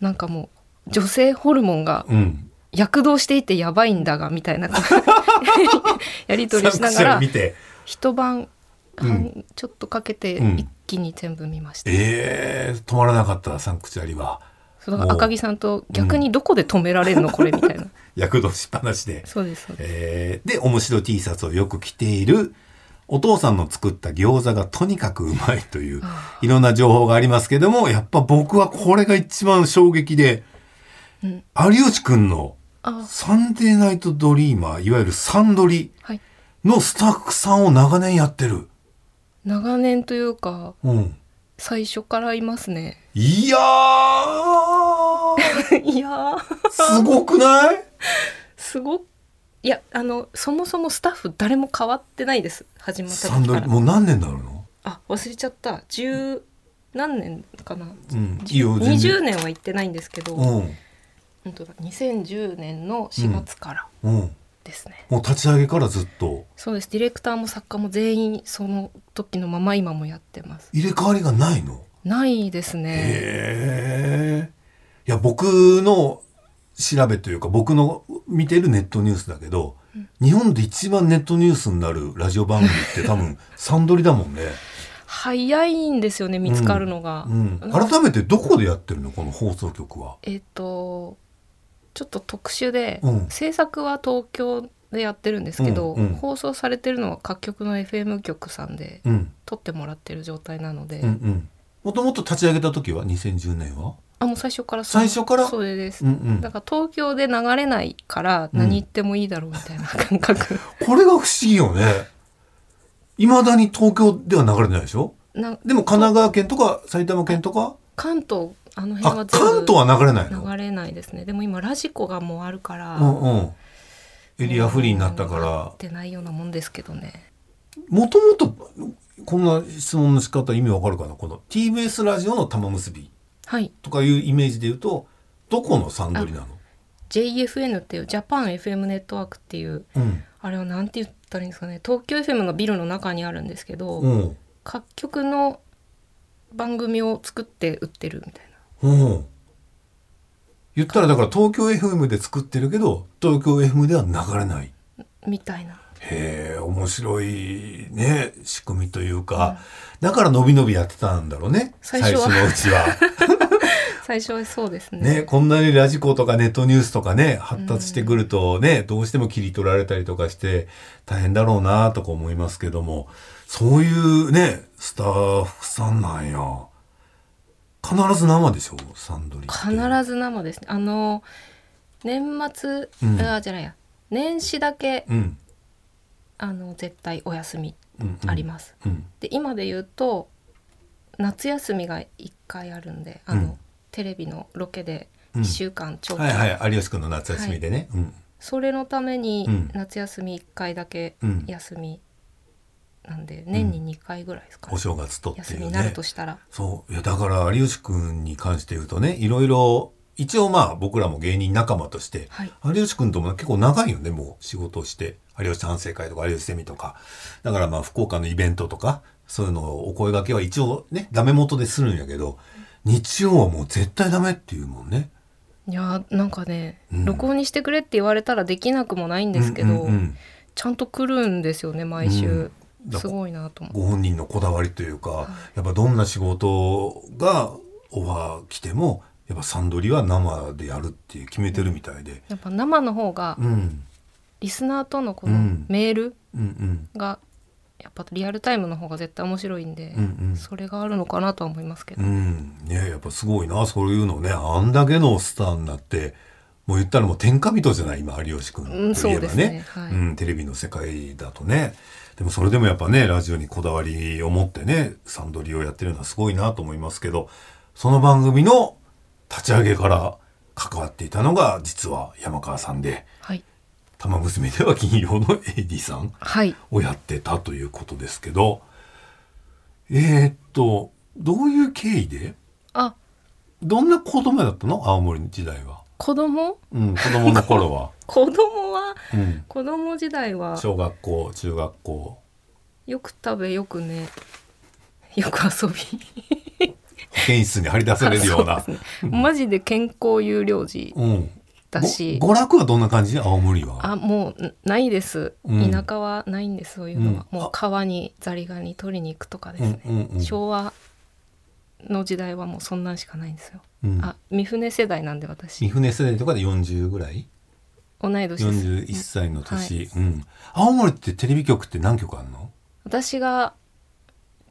[SPEAKER 3] なんかもう女性ホルモンが
[SPEAKER 2] うん。
[SPEAKER 3] 躍動していてやばいんだがみた いなやり取りしな
[SPEAKER 2] サン
[SPEAKER 3] が
[SPEAKER 2] クチュア
[SPEAKER 3] ら
[SPEAKER 2] リ見て。
[SPEAKER 3] 一晩半、
[SPEAKER 2] うん
[SPEAKER 3] ちょっとかけて
[SPEAKER 2] うん
[SPEAKER 3] 一気に全部見ました、
[SPEAKER 2] ええ止まらなかったサンクチュアリは
[SPEAKER 3] そうだから赤木さんと逆にどこで止められるのこれみたいな
[SPEAKER 2] 躍動しっぱなしで、
[SPEAKER 3] そうですそうです
[SPEAKER 2] えーで面白 T シャツをよく着ているお父さんの作った餃子がとにかくうまいという
[SPEAKER 3] あ
[SPEAKER 2] いろんな情報がありますけどもやっぱ僕はこれが一番衝撃で、
[SPEAKER 3] うん
[SPEAKER 2] 有吉くんの「
[SPEAKER 3] あ
[SPEAKER 2] サンデーナイトドリーマー」いわゆるサンドリ
[SPEAKER 3] はい
[SPEAKER 2] のスタッフさんを長年やってる。
[SPEAKER 3] 長年というか
[SPEAKER 2] うん、
[SPEAKER 3] 最初からいますね
[SPEAKER 2] いやー
[SPEAKER 3] いやー
[SPEAKER 2] すごくない
[SPEAKER 3] すごっいやあのそもそもスタッフ誰も変わってないです始まった
[SPEAKER 2] サン
[SPEAKER 3] 時
[SPEAKER 2] ド
[SPEAKER 3] か
[SPEAKER 2] リ
[SPEAKER 3] ら
[SPEAKER 2] もう何年になるの
[SPEAKER 3] あ忘れちゃった十何年かな
[SPEAKER 2] うんいいよ全然
[SPEAKER 3] 20年は行ってないんですけど、
[SPEAKER 2] うん
[SPEAKER 3] 本当だ2010年の4月から
[SPEAKER 2] うん
[SPEAKER 3] ですね、
[SPEAKER 2] もう立ち上げからずっと
[SPEAKER 3] そうですディレクターも作家も全員その時のまま今もやってます
[SPEAKER 2] 入れ替わりがないの
[SPEAKER 3] ないですね
[SPEAKER 2] へえいや僕の調べというか僕の見てるネットニュースだけど、日本で一番ネットニュースになるラジオ番組って多分サンドリだもんね、
[SPEAKER 3] 早いんですよね見つかるのが、
[SPEAKER 2] うん、改めてどこでやってるのこの放送局は
[SPEAKER 3] えっ、とちょっと特殊で、
[SPEAKER 2] うん
[SPEAKER 3] 制作は東京でやってるんですけど、
[SPEAKER 2] うんうん
[SPEAKER 3] 放送されてるのは各局の FM 局さんで
[SPEAKER 2] うん
[SPEAKER 3] 撮ってもらってる状態なので、
[SPEAKER 2] うんうんもともと立ち上げた時は2010年は
[SPEAKER 3] あもう最初からそう
[SPEAKER 2] 最初から
[SPEAKER 3] それです、
[SPEAKER 2] うんうん
[SPEAKER 3] だから東京で流れないから
[SPEAKER 2] うん
[SPEAKER 3] 何言ってもいいだろうみたいな 感覚、
[SPEAKER 2] これが不思議よね。いまだに東京では流れてないでしょ
[SPEAKER 3] な
[SPEAKER 2] でも神奈川県とか埼玉県とか、
[SPEAKER 3] 関東あの辺
[SPEAKER 2] あ
[SPEAKER 3] は、全部
[SPEAKER 2] 関東は流れないの
[SPEAKER 3] 流れないですねでも今ラジコがもうあるから、
[SPEAKER 2] うんうん。エリアフリーになったか
[SPEAKER 3] もう
[SPEAKER 2] ら
[SPEAKER 3] っ、てないようなもんですけどね
[SPEAKER 2] もともと、こんな質問の仕方意味わかるかなこの TBS ラジオの玉結び
[SPEAKER 3] はい
[SPEAKER 2] とかいうイメージで言うと、どこのサンドリなの
[SPEAKER 3] JFN っていうジャパン FM ネットワークっていう
[SPEAKER 2] うん。
[SPEAKER 3] あれはなんて言ったらいいんですかね東京 FM のビルの中にあるんですけど、
[SPEAKER 2] うん。
[SPEAKER 3] 各局の番組を作って売ってるみたいな
[SPEAKER 2] うん。言ったらだから東京 FM で作ってるけど、東京 FM では流れない。
[SPEAKER 3] みたいな
[SPEAKER 2] へえ、面白いね、仕組みというか、だから伸び伸びやってたんだろうね、
[SPEAKER 3] 最
[SPEAKER 2] 最
[SPEAKER 3] 初
[SPEAKER 2] 初
[SPEAKER 3] は
[SPEAKER 2] のうちは。
[SPEAKER 3] 最初はそうですね
[SPEAKER 2] ね、こんなにラジコとかネットニュースとかね、発達してくるとね、どうしても切り取られたりとかして、大変だろうなとか思いますけども、そういうね、スタッフさんなんや。必ず生でしょ、サンドリーって。
[SPEAKER 3] 必ず生ですねあの年末、
[SPEAKER 2] うん
[SPEAKER 3] あじゃないや年始だけ
[SPEAKER 2] うん。
[SPEAKER 3] あの絶対お休み
[SPEAKER 2] うん、うん
[SPEAKER 3] あります、
[SPEAKER 2] うん。
[SPEAKER 3] で今で言うと夏休みが1回あるんであの、
[SPEAKER 2] うん
[SPEAKER 3] テレビのロケで
[SPEAKER 2] うん
[SPEAKER 3] 1週間長期、
[SPEAKER 2] はいはい、有吉くんの夏休みでね。うん。
[SPEAKER 3] それのために
[SPEAKER 2] うん
[SPEAKER 3] 夏休み1回だけ
[SPEAKER 2] うん
[SPEAKER 3] 休みなんで、年に2回ぐらいですか、ね
[SPEAKER 2] お正月とってい
[SPEAKER 3] 休
[SPEAKER 2] う
[SPEAKER 3] み
[SPEAKER 2] ね。
[SPEAKER 3] になるとしたら、
[SPEAKER 2] そう。いや、だから、有吉くんに関して言うとね、いろいろ、一応まあ、僕らも芸人仲間として、
[SPEAKER 3] はい
[SPEAKER 2] 有吉くんとも結構長いよね、もう仕事をして。有吉反省会とか、有吉セミとか。だからまあ、福岡のイベントとか、そういうのをお声掛けは一応ね、ダメ元でするんやけど、日曜はもう絶対ダメっていうもんね。
[SPEAKER 3] いやーなんかね、
[SPEAKER 2] うん
[SPEAKER 3] 録音にしてくれって言われたらできなくもないんですけど、
[SPEAKER 2] うんうんうん
[SPEAKER 3] ちゃんと来るんですよね毎週、
[SPEAKER 2] うんだ
[SPEAKER 3] すごいなと思って
[SPEAKER 2] ご本人のこだわりというか、やっぱどんな仕事がオファー来ても、やっぱサンドリは生でやるっていう決めてるみたいで。
[SPEAKER 3] やっぱ生の方が
[SPEAKER 2] うん。
[SPEAKER 3] リスナーとのこ
[SPEAKER 2] う
[SPEAKER 3] の
[SPEAKER 2] ん
[SPEAKER 3] メール
[SPEAKER 2] うんうん。
[SPEAKER 3] がやっぱリアルタイムの方が絶対面白いんで、
[SPEAKER 2] うんうん
[SPEAKER 3] それがあるのかなとは思います
[SPEAKER 2] う
[SPEAKER 3] けど、
[SPEAKER 2] ん。ねやっぱすごいな、そういうのね。あんだけのスターになって、もう言ったらもう天下人じゃない、今、有吉君といえばね。
[SPEAKER 3] うんそうですねはい
[SPEAKER 2] うん、テレビの世界だとね。でもそれでもやっぱね、ラジオにこだわりを持ってね、サンドリをやってるのはすごいなと思いますけど、その番組の立ち上げから関わっていたのが、実は山川さんで、
[SPEAKER 3] はい
[SPEAKER 2] 玉娘では金曜の AD さん。
[SPEAKER 3] はい
[SPEAKER 2] をやってたということですけど、えーっと、どういう経緯で
[SPEAKER 3] あ
[SPEAKER 2] どんな子供だったの青森時代は。
[SPEAKER 3] 子供
[SPEAKER 2] うん、子供の頃 は。
[SPEAKER 3] 子供は
[SPEAKER 2] うん。
[SPEAKER 3] 子供時代は
[SPEAKER 2] 小学校、中学校。
[SPEAKER 3] よく食べよくねよく遊び
[SPEAKER 2] 保健室に張り出されるような。
[SPEAKER 3] そうですねマジで健康有料児
[SPEAKER 2] うん。
[SPEAKER 3] だし
[SPEAKER 2] ご娯楽はどんな感じ青森は。
[SPEAKER 3] あもうんないです、
[SPEAKER 2] うん
[SPEAKER 3] 田舎はないんですそういうのは、
[SPEAKER 2] うん
[SPEAKER 3] もう川にザリガニ取りに行くとかですね、
[SPEAKER 2] うんうんうん
[SPEAKER 3] 昭和の時代はもうそんなんしかないんですよ、
[SPEAKER 2] うん。
[SPEAKER 3] あ三船世代なんで私
[SPEAKER 2] 三船世代とかで40ぐらい
[SPEAKER 3] 同い年です
[SPEAKER 2] ?41 歳の年、うん。青森ってテレビ局って何局あるの
[SPEAKER 3] 私が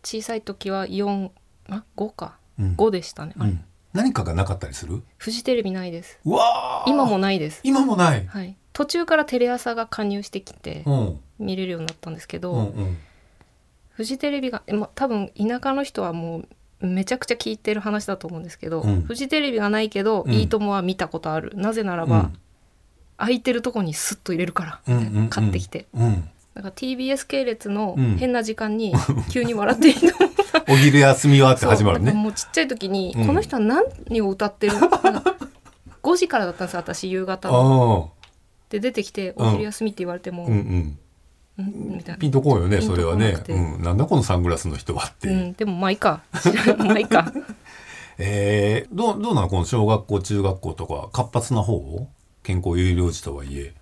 [SPEAKER 3] 小さい時は4あ5か、
[SPEAKER 2] うん
[SPEAKER 3] 5でしたねあ
[SPEAKER 2] う
[SPEAKER 3] れ、
[SPEAKER 2] ん。何かがなかったりする
[SPEAKER 3] フジテレビないです
[SPEAKER 2] うわー
[SPEAKER 3] 今。もないです
[SPEAKER 2] 今もない。
[SPEAKER 3] はい途中からテレ朝が加入してきて
[SPEAKER 2] うん。
[SPEAKER 3] 見れるようになったんですけど、
[SPEAKER 2] うんうん。
[SPEAKER 3] フジテレビが、えま、多分田舎の人はもうめちゃくちゃ聞いてる話だと思うんですけど、
[SPEAKER 2] うん
[SPEAKER 3] フジテレビがないけど「
[SPEAKER 2] うん
[SPEAKER 3] いいとも!」は見たことあるなぜならば、空いてるとこにスッと入れるから、
[SPEAKER 2] うん
[SPEAKER 3] みたいな買ってきて
[SPEAKER 2] うんうん、
[SPEAKER 3] だから TBS 系列の
[SPEAKER 2] うん
[SPEAKER 3] 変な時間に急に「笑っていいと も!」
[SPEAKER 2] お昼休みはって始まる
[SPEAKER 3] そう
[SPEAKER 2] ね。
[SPEAKER 3] もうちっちゃい時に、
[SPEAKER 2] うん
[SPEAKER 3] この人は何を歌 ってるの5時からだったんですよ私夕方の
[SPEAKER 2] あ
[SPEAKER 3] で出てきて「
[SPEAKER 2] うん
[SPEAKER 3] お昼休み」って言われても
[SPEAKER 2] あ、
[SPEAKER 3] 「
[SPEAKER 2] うん
[SPEAKER 3] んみた
[SPEAKER 2] うん。
[SPEAKER 3] いな
[SPEAKER 2] ピンとこんよね、
[SPEAKER 3] ピン
[SPEAKER 2] そ
[SPEAKER 3] と
[SPEAKER 2] れ
[SPEAKER 3] こ
[SPEAKER 2] は
[SPEAKER 3] な
[SPEAKER 2] ね
[SPEAKER 3] く。て
[SPEAKER 2] うん、なんだこのサングラスの人はって。
[SPEAKER 3] うん、でもまあいいか まあいいか
[SPEAKER 2] えー、どう、どうなのこの小学校、中学校とか、活発な方健康有料児とはいえ。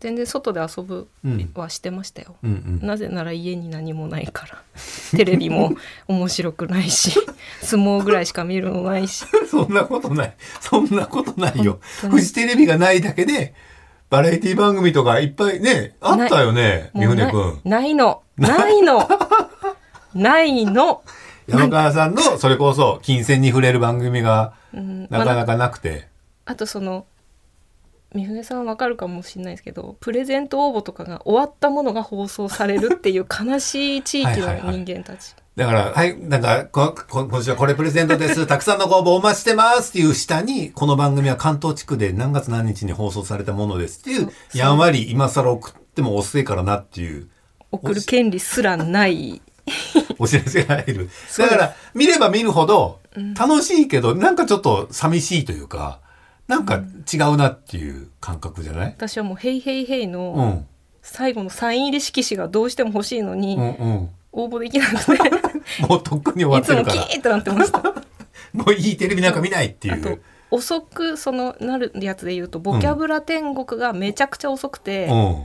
[SPEAKER 3] 全然外で遊ぶ
[SPEAKER 2] うん
[SPEAKER 3] はしてましたよ、
[SPEAKER 2] うんうん。
[SPEAKER 3] なぜなら家に何もないから テレビも面白くないし 相撲ぐらいしか見るのないし
[SPEAKER 2] そんなことない。そんなことないよ。
[SPEAKER 3] 本当
[SPEAKER 2] フ
[SPEAKER 3] に
[SPEAKER 2] ジテレビがないだけで、バラエティ番組とかいっぱいね、あったよね、三
[SPEAKER 3] もう
[SPEAKER 2] 船
[SPEAKER 3] な
[SPEAKER 2] くん。
[SPEAKER 3] ないのないのないの、
[SPEAKER 2] 山川さんの、それこそ、金銭に触れる番組が、
[SPEAKER 3] うんま
[SPEAKER 2] な
[SPEAKER 3] あ
[SPEAKER 2] かなかなくて。
[SPEAKER 3] あとその三船さんはわかるかもしれないですけどプレゼント応募とかが終わったものが放送されるっていう悲しい地域の人間たち
[SPEAKER 2] だから、はい、なんか、こ、こ、今週はこれプレゼント です。たくさんのご応募お待ちしてますっていう下に、この番組は関東地区で何月何日に放送されたものですっていう、やんわり今更送っても遅いからなっていう、
[SPEAKER 3] 送る権利すらない
[SPEAKER 2] お知らせが入る。
[SPEAKER 3] う
[SPEAKER 2] だ
[SPEAKER 3] です
[SPEAKER 2] から、見れば見るほど、楽しいけど、なんかちょっと寂しいというか、なんか違うなっていう感覚じゃない
[SPEAKER 3] 私はもう「ヘイヘイヘイ
[SPEAKER 2] う
[SPEAKER 3] の
[SPEAKER 2] ん。
[SPEAKER 3] 最後のサイン入り色紙がどうしても欲しいのに、
[SPEAKER 2] うんうん。
[SPEAKER 3] 応募できなくて
[SPEAKER 2] もうとっくに終わ
[SPEAKER 3] い
[SPEAKER 2] って
[SPEAKER 3] つ
[SPEAKER 2] る
[SPEAKER 3] も
[SPEAKER 2] か
[SPEAKER 3] キ
[SPEAKER 2] ら、
[SPEAKER 3] ーッとなってました
[SPEAKER 2] もういいテレビなんか見ないってい
[SPEAKER 3] あと
[SPEAKER 2] う。
[SPEAKER 3] 遅くそのなるやつで言うとボキャブラ天国がめちゃくちゃ遅くて、
[SPEAKER 2] うん。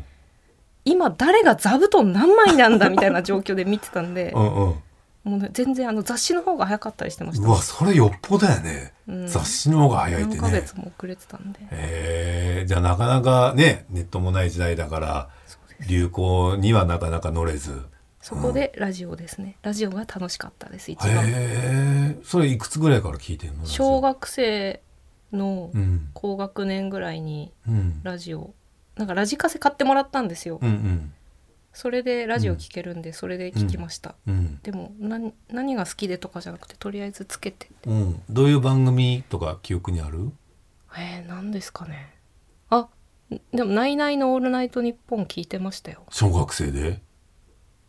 [SPEAKER 3] 今誰が座布団何枚なんだみたいな状況で見てたんで
[SPEAKER 2] うんうん。
[SPEAKER 3] もうね全然あの雑誌の方が早かったりしてました
[SPEAKER 2] うわ、それよっぽどやね。
[SPEAKER 3] うん
[SPEAKER 2] 雑誌の方が早いって
[SPEAKER 3] 何ヶ
[SPEAKER 2] ね。
[SPEAKER 3] 月も遅れてたんで
[SPEAKER 2] えー、じゃあなかなかね、ネットもない時代だから、
[SPEAKER 3] そうです
[SPEAKER 2] 流行にはなかなか乗れず。
[SPEAKER 3] そこでラジオですね、ラジオが楽しかったです一
[SPEAKER 2] へ
[SPEAKER 3] 番
[SPEAKER 2] えー、それいくつぐらいから聞いてんの
[SPEAKER 3] 小学生の
[SPEAKER 2] うん。
[SPEAKER 3] 高学年ぐらいに
[SPEAKER 2] うん。
[SPEAKER 3] ラジオなんかラジカセ買ってもらったんですよ、
[SPEAKER 2] うんうん。
[SPEAKER 3] それでラジオ聴けるんでそれで聞きました、
[SPEAKER 2] うん。
[SPEAKER 3] でも何何が好きでとかじゃなくてとりあえずつけて
[SPEAKER 2] うん。どういう番組とか記憶にある
[SPEAKER 3] えー、何ですかねあんでも「ナイナイのオールナイトニッポン」聞いてましたよ
[SPEAKER 2] 小学生で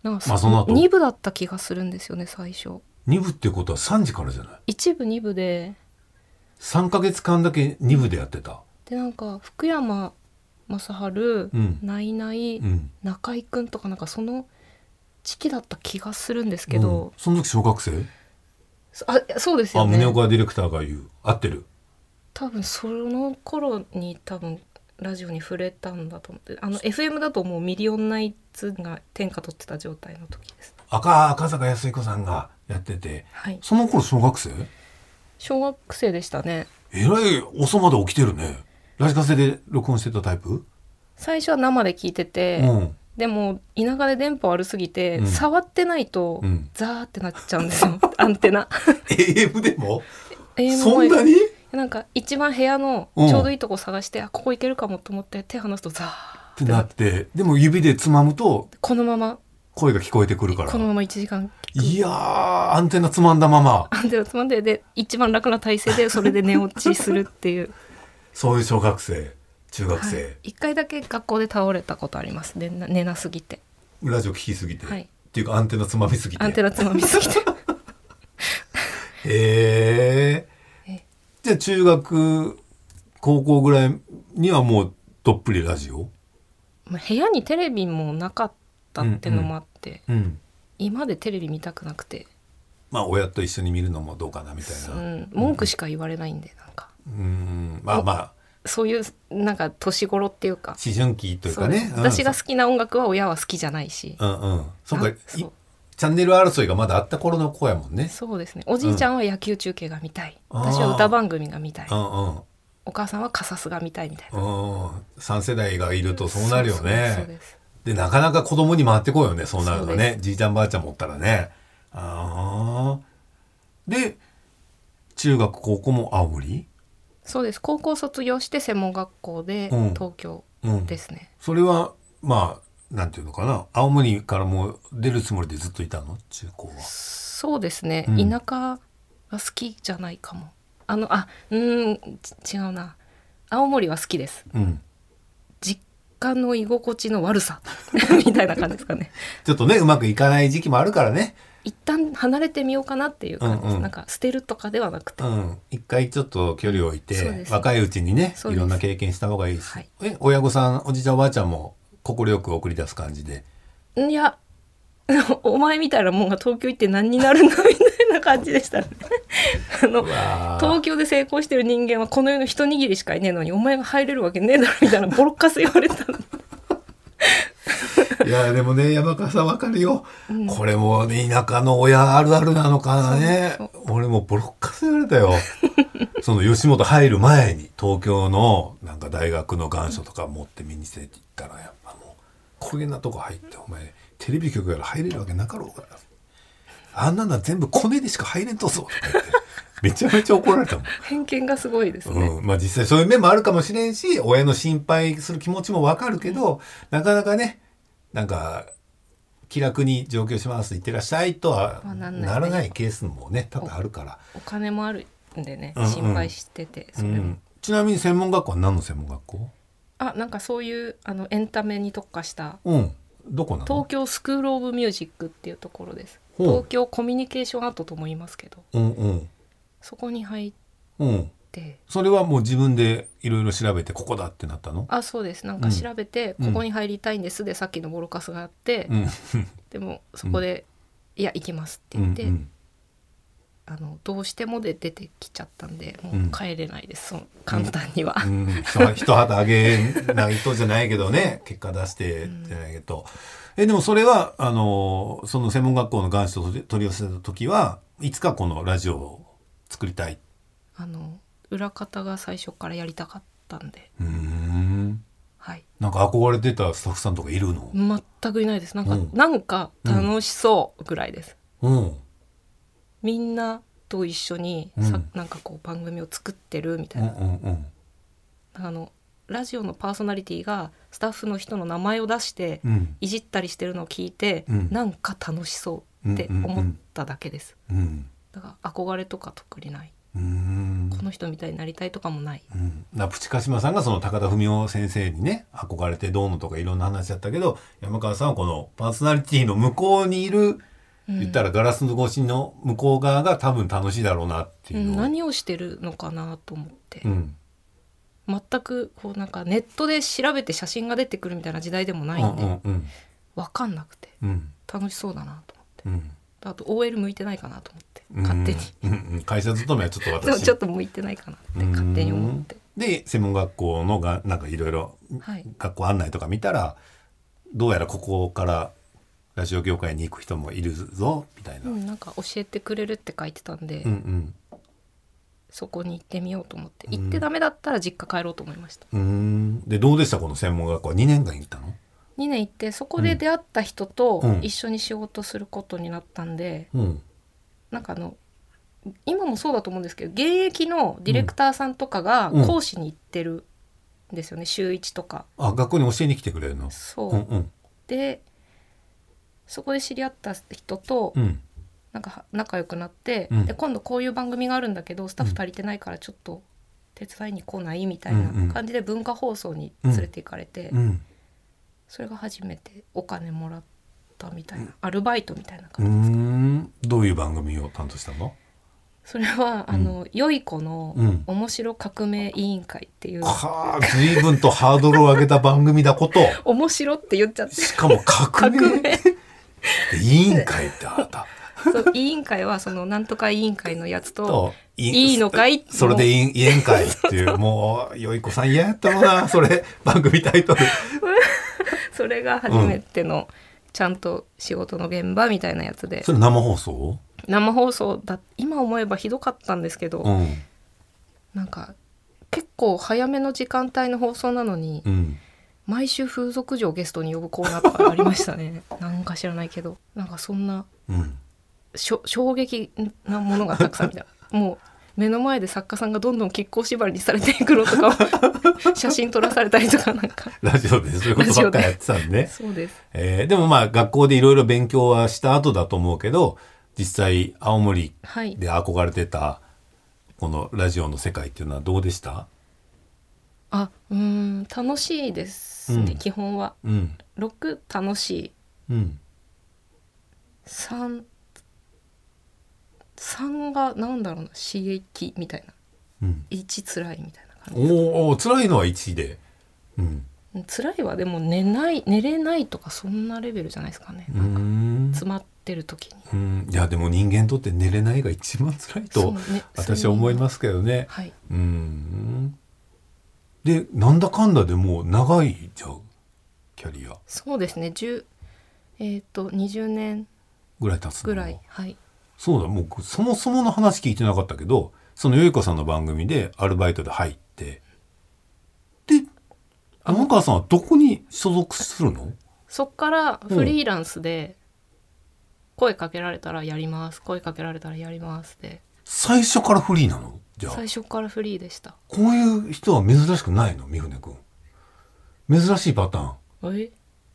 [SPEAKER 3] なんか
[SPEAKER 2] まあその後
[SPEAKER 3] 2部だった気がするんですよね最初
[SPEAKER 2] 2部ってことは3時からじゃない
[SPEAKER 3] 1部2部で
[SPEAKER 2] ?3 ヶ月間だけ2部でやってた。
[SPEAKER 3] でなんか福山雅治
[SPEAKER 2] うん
[SPEAKER 3] ナイナイ
[SPEAKER 2] うん。
[SPEAKER 3] 中居くんとかなんかその時期だった気がするんですけど
[SPEAKER 2] うん、その時小学生
[SPEAKER 3] そあそうです
[SPEAKER 2] あ、
[SPEAKER 3] よね
[SPEAKER 2] 宗岡ディレクターが言う。合ってる。
[SPEAKER 3] 多分その頃に多分ラジオに触れたんだと思ってあの FM だともうミリオンナイツが天下取ってた状態の時です
[SPEAKER 2] 赤、赤坂康彦さんがやってて。
[SPEAKER 3] はい
[SPEAKER 2] その頃小学生
[SPEAKER 3] 小学生でしたね
[SPEAKER 2] えらい遅まで起きてるね。ラジカセで録音してたタイプ、
[SPEAKER 3] 最初は生で聞いてて、
[SPEAKER 2] うん。
[SPEAKER 3] でも田舎で電波悪すぎて、
[SPEAKER 2] うん
[SPEAKER 3] 触ってないと、
[SPEAKER 2] うん
[SPEAKER 3] ザーってなっちゃうんで すよアンテナ
[SPEAKER 2] AM でも
[SPEAKER 3] AM
[SPEAKER 2] そんなに
[SPEAKER 3] なんか一番部屋の
[SPEAKER 2] うん
[SPEAKER 3] ちょうどいいとこ探して、あここ行けるかもと思って手離すとザー
[SPEAKER 2] ってなって、でも指でつまむと
[SPEAKER 3] このまま
[SPEAKER 2] 声が聞こえてくるから
[SPEAKER 3] こ。のまま1時間
[SPEAKER 2] いやー、アンテナつまんだまま、
[SPEAKER 3] アンテナつまんでで一番楽な体勢でそれで寝落ちするって いう
[SPEAKER 2] そういう小学生、中学生、
[SPEAKER 3] はい、1回だけ学校で倒れたことありますねな寝なすぎて
[SPEAKER 2] ラジオ聞きすぎて、
[SPEAKER 3] はい
[SPEAKER 2] っていうかアンテナつまみすぎて。
[SPEAKER 3] アンテナつまみす ぎて
[SPEAKER 2] へえ
[SPEAKER 3] え。
[SPEAKER 2] じゃあ中学、高校ぐらいにはもうどっぷりラジオ
[SPEAKER 3] まあ部屋にテレビもなかったってのもあって、
[SPEAKER 2] うん。
[SPEAKER 3] 今でテレビ見たくなくて、
[SPEAKER 2] まあ親と一緒に見るのもどうかなみたいうな。
[SPEAKER 3] ん、文句しか言われないんでなんか
[SPEAKER 2] うんまあまあ
[SPEAKER 3] そういうなんか年頃っていうか
[SPEAKER 2] 思春期というかね
[SPEAKER 3] そうです私が
[SPEAKER 2] そ
[SPEAKER 3] 好きな音楽は親は好きじゃないし
[SPEAKER 2] うんうんそうか
[SPEAKER 3] あ
[SPEAKER 2] いチ
[SPEAKER 3] そう
[SPEAKER 2] ャンネル争いがまだあった頃の子やもんね
[SPEAKER 3] そうですねおじいちゃんは野球中継が見たい、
[SPEAKER 2] うん
[SPEAKER 3] 私は歌番組が見たい
[SPEAKER 2] うんうん
[SPEAKER 3] お母さんはカサスが見たいみたいな
[SPEAKER 2] うん3世代がいるとそうなるよ
[SPEAKER 3] そうそうそう
[SPEAKER 2] ね
[SPEAKER 3] です
[SPEAKER 2] でなかなか子供に回ってこいよねそうなると
[SPEAKER 3] そう
[SPEAKER 2] ねじいちゃんばあちゃん持ったらねああで中学高校も青森
[SPEAKER 3] そうです高校卒業して専門学校で
[SPEAKER 2] うん
[SPEAKER 3] 東京
[SPEAKER 2] うん
[SPEAKER 3] ですね、
[SPEAKER 2] それはまあなんていうのかな青森からもう出るつもりでずっといたの中高は
[SPEAKER 3] そうですね、
[SPEAKER 2] うん
[SPEAKER 3] 田舎が好きじゃないかもあのあうーんち違うな青森は好きです
[SPEAKER 2] うん
[SPEAKER 3] 実家の居心地の 悪さみたいな感じですかね
[SPEAKER 2] ちょっとねうまくいかない時期もあるからね
[SPEAKER 3] 一旦離れてみようかなっていう感じです、
[SPEAKER 2] うんうん
[SPEAKER 3] なんか捨てるとかではなくて、
[SPEAKER 2] うん、一回ちょっと距離を置いて、
[SPEAKER 3] そうです
[SPEAKER 2] 若いうちにね
[SPEAKER 3] そう
[SPEAKER 2] い
[SPEAKER 3] です
[SPEAKER 2] ろんな経験した方がいいし、
[SPEAKER 3] はい
[SPEAKER 2] え親御さんおじいちゃんおばあちゃんも快く送り出す感じで
[SPEAKER 3] いや お前みたいなもんが東京行って何になるんだみたいな感じでしたね あの
[SPEAKER 2] わ
[SPEAKER 3] 東京で成功してる人間はこの世の一握りしかいねえのにお前が入れるわけねえだろみたいなボロッカス言われたの
[SPEAKER 2] いやでもね山川さんわかるよ、
[SPEAKER 3] うん
[SPEAKER 2] これもね田舎の親あるあるなのかなね
[SPEAKER 3] そう
[SPEAKER 2] 俺もボロッカス言われ たよその吉本入る前に東京のなんか大学の願書とか持って見にしてって言ったらやっぱもうこげなとこ入ってお前テレビ局から入れるわけなかろうがあんなのは全部コネでしか入れんとぞとか言ってめちゃめちゃ怒られたもん
[SPEAKER 3] 偏見がすごいですね、
[SPEAKER 2] うん、まあ実際そういう面もあるかもしれんし、親の心配する気持ちもわかるけど、なかなかね、なんか、気楽に上京します、行ってらっしゃいとは
[SPEAKER 3] まあなんないね
[SPEAKER 2] ならないケースもね、多々あるから。
[SPEAKER 3] お金もあるんでね
[SPEAKER 2] うんうん
[SPEAKER 3] 心配してて、
[SPEAKER 2] う
[SPEAKER 3] それも
[SPEAKER 2] ん、ちなみに専門学校は何の専門学校
[SPEAKER 3] あなんかそういうあのエンタメに特化した
[SPEAKER 2] うん。どこな
[SPEAKER 3] 東
[SPEAKER 2] の
[SPEAKER 3] 京スクール・オブ・ミュージックっていうところです
[SPEAKER 2] ほう
[SPEAKER 3] 東京コミュニケーションアートとも言いますけど
[SPEAKER 2] うんうん。
[SPEAKER 3] そこに入っ
[SPEAKER 2] うん。
[SPEAKER 3] て
[SPEAKER 2] それはもう自分でいろいろ調べて、ここだってなったの
[SPEAKER 3] あそうですなんか調べて、
[SPEAKER 2] うん
[SPEAKER 3] ここに入りたいんですでさっきのボロカスがあって、
[SPEAKER 2] うん。
[SPEAKER 3] でもそこで、いや行きますって
[SPEAKER 2] う
[SPEAKER 3] 言
[SPEAKER 2] ん
[SPEAKER 3] って、
[SPEAKER 2] うん
[SPEAKER 3] あのどうしてもで出てきちゃったんでも
[SPEAKER 2] うん
[SPEAKER 3] う帰れないです、そう簡単には、
[SPEAKER 2] うん、人人肌あげないとじゃないけどね結果出してじゃないけど、えでもそれはあのその専門学校の願書を取り寄せた時はいつかこのラジオを作りたい
[SPEAKER 3] あの裏方が最初からやりたかったんで
[SPEAKER 2] うーん
[SPEAKER 3] はい
[SPEAKER 2] なんか憧れてたスタッフさんとかいるの
[SPEAKER 3] 全くいないですなんか、
[SPEAKER 2] うん
[SPEAKER 3] なんか楽しそうぐらいです、
[SPEAKER 2] うん
[SPEAKER 3] みんなと一緒にさ、
[SPEAKER 2] うん
[SPEAKER 3] なんかこう番組を作ってるみた
[SPEAKER 2] う
[SPEAKER 3] い
[SPEAKER 2] んうん
[SPEAKER 3] な、
[SPEAKER 2] うん
[SPEAKER 3] あのラジオのパーソナリティがスタッフの人の名前を出して
[SPEAKER 2] うん
[SPEAKER 3] いじったりしてるのを聞いて、
[SPEAKER 2] うん
[SPEAKER 3] なんか楽しそうって思っただけです、
[SPEAKER 2] うん
[SPEAKER 3] だから憧れとか特にない、
[SPEAKER 2] うーん
[SPEAKER 3] この人みたいになりたいとかもない
[SPEAKER 2] うん、だからプチカシマさんがその高田文雄先生にね憧れてどうのとかいろんな話だったけど山川さんはこのパーソナリティの向こうにいる、
[SPEAKER 3] うん
[SPEAKER 2] 言ったらガラス越しの向こう側が多分楽しいだろうなっていううのを、
[SPEAKER 3] ん何をしてるのかなと思って、
[SPEAKER 2] うん
[SPEAKER 3] 全くこうなんかネットで調べて写真が出てくるみたいな時代でも
[SPEAKER 2] う
[SPEAKER 3] ない
[SPEAKER 2] ん
[SPEAKER 3] ん
[SPEAKER 2] う
[SPEAKER 3] で、
[SPEAKER 2] んうん
[SPEAKER 3] 分かんなくて
[SPEAKER 2] うん
[SPEAKER 3] 楽しそうだなと思って
[SPEAKER 2] うん
[SPEAKER 3] あと OL 向いてないかなと思って勝手に、
[SPEAKER 2] うんうん、会社勤めはちょっと
[SPEAKER 3] でも
[SPEAKER 2] 私
[SPEAKER 3] ちょっと向いてないかなって勝手に思って、
[SPEAKER 2] で専門学校のがなんかいろいろ
[SPEAKER 3] はい、
[SPEAKER 2] 学校案内とか見たらどうやらここからラジオ業界に行く人もいるぞみたいな、
[SPEAKER 3] う
[SPEAKER 2] うん
[SPEAKER 3] ん、なんか教えてくれるって書いてたんで、
[SPEAKER 2] うん
[SPEAKER 3] そこに行ってみようと思って
[SPEAKER 2] うん
[SPEAKER 3] 行ってダメだったら実家帰ろうと思いました、
[SPEAKER 2] うーんでどうでしたこの専門学校は2年間行ったの
[SPEAKER 3] 2年行ってそこで出会った人と
[SPEAKER 2] うん
[SPEAKER 3] 一緒に仕事することになったんで、
[SPEAKER 2] うん
[SPEAKER 3] なんかあの今もそうだと思うんですけど現役のディレクターさんとかが
[SPEAKER 2] うん
[SPEAKER 3] 講師に行ってるんですよね、週1とか
[SPEAKER 2] あ学校に教えに来てくれるの
[SPEAKER 3] そう、
[SPEAKER 2] うんうん
[SPEAKER 3] でそこで知り合った人と
[SPEAKER 2] うん
[SPEAKER 3] なんか仲良くなって、
[SPEAKER 2] うん
[SPEAKER 3] で今度こういう番組があるんだけどスタッフ足りてないからちょっと手伝いに来ないみたい
[SPEAKER 2] うんうん
[SPEAKER 3] な感じで文化放送に連れて行かれて、
[SPEAKER 2] うん
[SPEAKER 3] それが初めてお金もらったみたいな、アルバイトみたい
[SPEAKER 2] う
[SPEAKER 3] な
[SPEAKER 2] ー
[SPEAKER 3] 感じ、
[SPEAKER 2] んどういう番組を担当したの
[SPEAKER 3] それはあの、良い子の
[SPEAKER 2] うん
[SPEAKER 3] 面白革命委員会っていう、
[SPEAKER 2] はあ随分とハードルを上げた番組だ こと
[SPEAKER 3] 面白って言っちゃって
[SPEAKER 2] しかも革
[SPEAKER 3] 革
[SPEAKER 2] 命
[SPEAKER 3] 命
[SPEAKER 2] 委員会ってあった
[SPEAKER 3] そう委員会はそのなんとか委員会のやつと
[SPEAKER 2] とい
[SPEAKER 3] いいのかい
[SPEAKER 2] それで委員委員 会っていうもうよい子さん嫌やったのなそれ番組タイトル
[SPEAKER 3] それが初めての、ちゃんと仕事の現場みたいなやつで
[SPEAKER 2] それ生放送
[SPEAKER 3] 生放送だ今思えばひどかったんですけど、
[SPEAKER 2] うん
[SPEAKER 3] なんか結構早めの時間帯の放送なのに、
[SPEAKER 2] うん
[SPEAKER 3] 毎週風俗嬢をゲストに呼ぶコーナーとかありましたね なんか知らないけどなんかそんな
[SPEAKER 2] うん
[SPEAKER 3] しょ衝撃なものがたくさんみたい なもう目の前で作家さんがどんどん亀甲縛りにされていくのとか を写真撮らされたりとかなんか
[SPEAKER 2] ラジオでそういうことばっかやってたんでね
[SPEAKER 3] そうです
[SPEAKER 2] えーでもまあ学校でいろいろ勉強はした後だと思うけど実際青森
[SPEAKER 3] はい
[SPEAKER 2] で憧れてたこのラジオの世界っていうのはどうでした
[SPEAKER 3] あうーん楽しいですね、
[SPEAKER 2] うん
[SPEAKER 3] 基本は
[SPEAKER 2] うん
[SPEAKER 3] 6楽しい
[SPEAKER 2] うん
[SPEAKER 3] 3三がなんだろうな刺激みたいな
[SPEAKER 2] うん
[SPEAKER 3] 1辛いみたいな感じ
[SPEAKER 2] おお辛いのは1位でうん
[SPEAKER 3] 辛いはでも寝ない寝れないとかそんなレベルじゃないですかね、
[SPEAKER 2] うーん
[SPEAKER 3] 詰まってる時に
[SPEAKER 2] うんいやでも人間にとって寝れないが一番辛い
[SPEAKER 3] そう
[SPEAKER 2] と
[SPEAKER 3] ね
[SPEAKER 2] 私
[SPEAKER 3] 睡
[SPEAKER 2] は
[SPEAKER 3] 眠
[SPEAKER 2] 思いますけどね
[SPEAKER 3] はい
[SPEAKER 2] うんでなんだかんだでもう長いじゃんキャリア
[SPEAKER 3] そうですね10えっ、と20年
[SPEAKER 2] ぐらい経つの
[SPEAKER 3] ぐらいはい
[SPEAKER 2] そうだ、もうそもそもの話聞いてなかったけど、そのよいこさんの番組でアルバイトで入って、で、山川さんはどこに所属するの
[SPEAKER 3] そっからフリーランスで声かけられたらやります声かけられたらやりますで
[SPEAKER 2] 最初からフリーなのじゃあ
[SPEAKER 3] 最、初からフリーでした
[SPEAKER 2] こういう人は珍しくないの三船くん。珍しいパターン。
[SPEAKER 3] え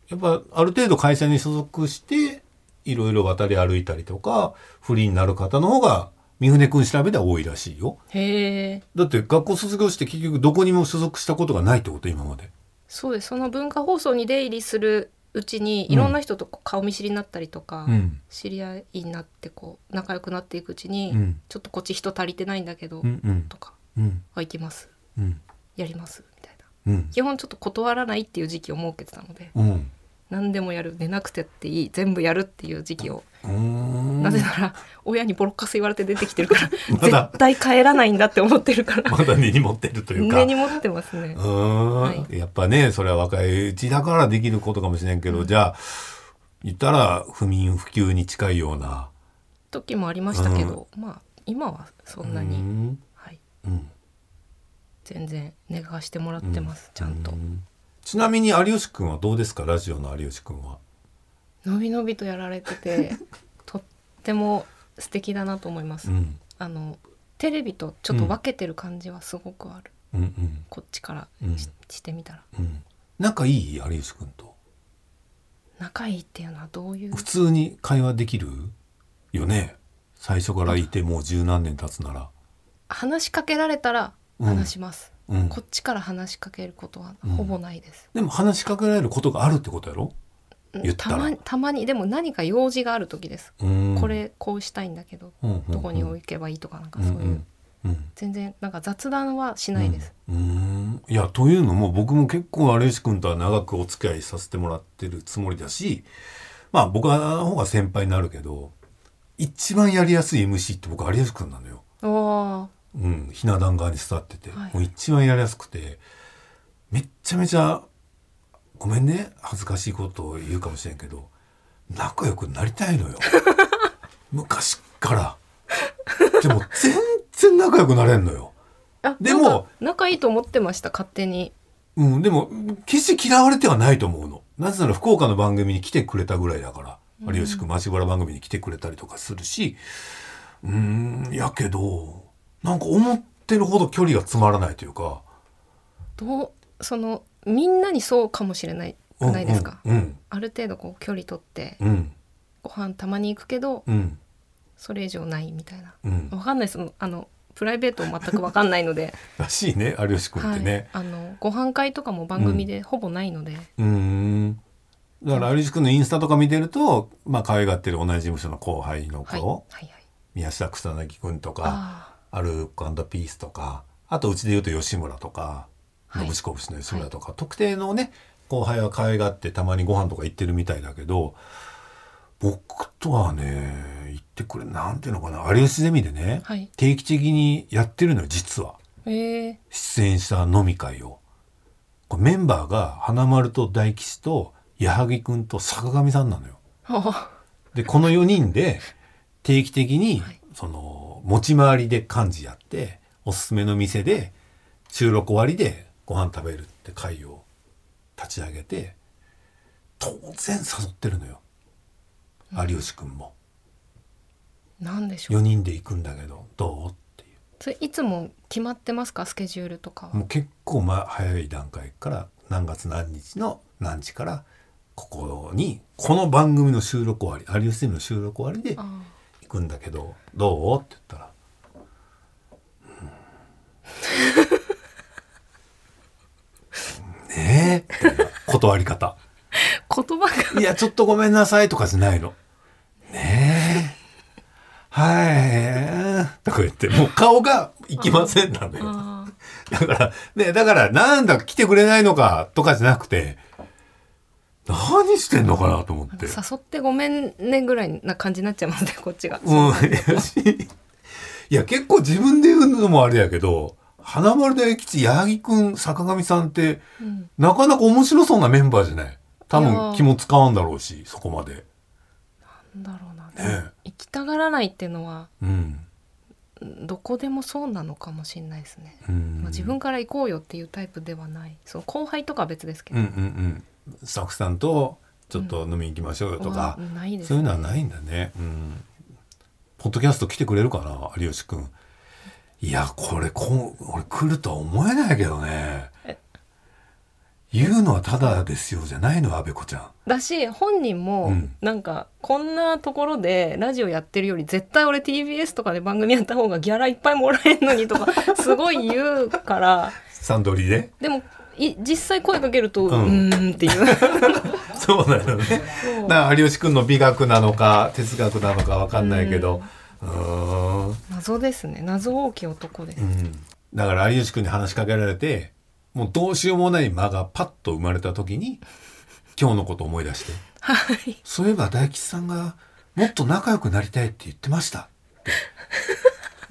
[SPEAKER 2] やっぱ、ある程度会社に所属して、いろいろ渡り歩いたりとか、フリーになる方の方が、三船くん調べでは多いらしいよ。
[SPEAKER 3] へえ
[SPEAKER 2] だって学校卒業して結局どこにも所属したことがないってこと今まで。
[SPEAKER 3] そうですその文化放送に出入りするうちにいろんな人とこう顔見知りになったりとか、
[SPEAKER 2] うん。
[SPEAKER 3] 知り合いになってこう仲良くなっていくうちに、
[SPEAKER 2] うん
[SPEAKER 3] ちょっとこっち人足りてないんだけど、
[SPEAKER 2] うんうん
[SPEAKER 3] とか
[SPEAKER 2] うん
[SPEAKER 3] 「あ行きます
[SPEAKER 2] うん
[SPEAKER 3] やります」みたいな
[SPEAKER 2] うん
[SPEAKER 3] 基本ちょっと断らないっていう時期を設けてたので
[SPEAKER 2] うん
[SPEAKER 3] 何でもやる寝なくてっていい全部やるっていう時期を
[SPEAKER 2] うーん
[SPEAKER 3] なぜなら親にボロッカス言われて出てきてるから
[SPEAKER 2] まだ
[SPEAKER 3] 絶対帰らないんだって思ってるから
[SPEAKER 2] まだ根に持ってるというか
[SPEAKER 3] 根に持ってますね
[SPEAKER 2] うーん、
[SPEAKER 3] はい
[SPEAKER 2] やっぱねそれは若いうちだからできることかもしれんけど、じゃあ言ったら不眠不休に近いような
[SPEAKER 3] 時もありましたけど、まあ今はそんなに、
[SPEAKER 2] うん
[SPEAKER 3] はい、
[SPEAKER 2] うん
[SPEAKER 3] 全然寝かしてもらってます、ちゃんと
[SPEAKER 2] う。ちなみに有吉くんはどうですかラジオの有吉くんは
[SPEAKER 3] のびのびとやられて てとっても素敵だなと思います、
[SPEAKER 2] うん
[SPEAKER 3] あのテレビとちょっと分けてる感じはすごくある、
[SPEAKER 2] うんうん
[SPEAKER 3] こっちから
[SPEAKER 2] うん
[SPEAKER 3] し,、てみたら
[SPEAKER 2] うん仲いい有吉くんと
[SPEAKER 3] 仲いいっていうのはどういう
[SPEAKER 2] 普通に会話できるよね最初からいてもう十何年経つなら
[SPEAKER 3] 話しかけられたら
[SPEAKER 2] うん
[SPEAKER 3] 話します、
[SPEAKER 2] うん
[SPEAKER 3] こっちから話しかけることは
[SPEAKER 2] うん
[SPEAKER 3] ほぼないです、
[SPEAKER 2] でも話しかけられることがあるってことやろ
[SPEAKER 3] うん
[SPEAKER 2] 言った
[SPEAKER 3] た
[SPEAKER 2] ら
[SPEAKER 3] またまにでも何か用事がある時です、
[SPEAKER 2] うん
[SPEAKER 3] これこうしたいんだけど
[SPEAKER 2] うんうんうん
[SPEAKER 3] どこに置けばいいとかなんかそういう、
[SPEAKER 2] うんうん
[SPEAKER 3] 全然なんか雑談はしないです、
[SPEAKER 2] うんうーんいやというのも僕も結構有吉君とは長くお付き合いさせてもらってるつもりだしまあ僕はの方が先輩になるけど一番やりやすい MC って僕有吉君なのよ。
[SPEAKER 3] おお
[SPEAKER 2] うん、ひな壇側に座ってて、
[SPEAKER 3] はい
[SPEAKER 2] もう一番やりやすくてめっちゃめちゃごめんね恥ずかしいことを言うかもしれんけど仲良くなりたいの よ昔からでも全然仲良くなれんのよ、
[SPEAKER 3] あ
[SPEAKER 2] で
[SPEAKER 3] で
[SPEAKER 2] も
[SPEAKER 3] も仲いいと思ってました勝手に
[SPEAKER 2] うん、でも決して嫌われてはないと思うのなぜなら福岡の番組に来てくれたぐらいだから、
[SPEAKER 3] うん
[SPEAKER 2] 有吉君町原番組に来てくれたりとかするしうんやけどなんか思ってるほど距離がつまらないというか
[SPEAKER 3] どうそのみんなにそうかもしれないくないですか、
[SPEAKER 2] うん
[SPEAKER 3] ある程度こう距離取って
[SPEAKER 2] うん
[SPEAKER 3] ご飯たまに行くけど
[SPEAKER 2] うん
[SPEAKER 3] それ以上ないみたいな
[SPEAKER 2] うん。
[SPEAKER 3] わかんないですあのプライベート全くわかんない ので、
[SPEAKER 2] らしいね有吉君っ
[SPEAKER 3] は
[SPEAKER 2] て
[SPEAKER 3] い
[SPEAKER 2] ね。
[SPEAKER 3] あのご飯会とかも番組でほぼないので、
[SPEAKER 2] うーんだから有吉君のインスタとか見てるとまあ可愛がってる同じ事務所の後輩の
[SPEAKER 3] はい、
[SPEAKER 2] 子、
[SPEAKER 3] はいはい
[SPEAKER 2] 宮下草薙君とか
[SPEAKER 3] あ
[SPEAKER 2] アルコピースとかあとうちで言うと吉村とか
[SPEAKER 3] はい
[SPEAKER 2] 信子節の吉村とか、特定のね後輩は可愛がってたまにご飯とか行ってるみたいだけど僕とはね行ってくれなんていうのかな有吉ゼミでね、
[SPEAKER 3] ーはい
[SPEAKER 2] 定期的にやってるのよ実は。
[SPEAKER 3] えー、
[SPEAKER 2] 出演した飲み会をこれメンバーが花丸と大吉と矢作くんと坂上さんなのよ。
[SPEAKER 3] あ
[SPEAKER 2] でこの4人で定期的に
[SPEAKER 3] はい
[SPEAKER 2] その持ち回りで幹事やっておすすめの店で収録終わりでご飯食べるって会を立ち上げて当然誘ってるのよ有吉くんも
[SPEAKER 3] なんでしょ
[SPEAKER 2] 4
[SPEAKER 3] う
[SPEAKER 2] 人で行くんだけどどうっていう。
[SPEAKER 3] それいつも決まってますかスケジュールとかは、
[SPEAKER 2] もう結構ま早い段階から何月何日の何時からここにこの番組の収録終わり有吉ゼミの収録終わりで
[SPEAKER 3] あー
[SPEAKER 2] 行くんだけどどうって言ったら「うんねえ」みたいな断り方
[SPEAKER 3] 言葉が
[SPEAKER 2] 「いやちょっとごめんなさい」とかじゃないの「ねえはい」とか言ってもう顔が「いきません」なのよ。
[SPEAKER 3] あー
[SPEAKER 2] だから、ね、だから、なんだ、来てくれないのか、とかじゃなくて、何してんのかなと思って。
[SPEAKER 3] 誘ってごめんねぐらいな感じになっちゃいますね こっちが、
[SPEAKER 2] うん、いやしいや、結構自分で言うのもあれやけど、花丸大吉、矢作くん、坂上さんって、
[SPEAKER 3] うん
[SPEAKER 2] なかなか面白そうなメンバーじゃない多
[SPEAKER 3] いや
[SPEAKER 2] 分
[SPEAKER 3] ー
[SPEAKER 2] 気も使わんだろうし、そこまで。
[SPEAKER 3] なんだろうな、
[SPEAKER 2] ね
[SPEAKER 3] 行きたがらないっていうのは
[SPEAKER 2] うん。
[SPEAKER 3] うんどこでもそうなのかもしれないですね、
[SPEAKER 2] うん
[SPEAKER 3] まあ、自分から行こうよっていうタイプではないその後輩とかは別ですけ
[SPEAKER 2] うん
[SPEAKER 3] ど、
[SPEAKER 2] うんうん。スタッフさんと、ちょっと飲みに行きましょうよとか。
[SPEAKER 3] はないです
[SPEAKER 2] そういうのはないんだね。うん。ポッドキャスト来てくれるかな、有吉くん。いや、これ、こう、俺来るとは思えないけどね
[SPEAKER 3] え。
[SPEAKER 2] 言うのはただですよじゃないの、安倍子ちゃん。
[SPEAKER 3] だし本人
[SPEAKER 2] う
[SPEAKER 3] も
[SPEAKER 2] ん
[SPEAKER 3] なんかこんなところでラジオやってるより絶対俺 TBS とかで番組やった方がギャラいっぱいもらえんのにとか すごい言うから
[SPEAKER 2] サンドリー で。
[SPEAKER 3] でもい実際声かけると、
[SPEAKER 2] う
[SPEAKER 3] うんーんっていう
[SPEAKER 2] そうなのね。だから有吉くんの美学なのか、哲学なのかわかんないけど。うーん。
[SPEAKER 3] 謎ですね謎多き男です、
[SPEAKER 2] うん。だから有吉くんに話しかけられて、もうどうしようもない間がパッと生まれた時に、今日のこと思い出して
[SPEAKER 3] はい
[SPEAKER 2] そういえば大吉さんがもっと仲良くなりたいって言ってま したって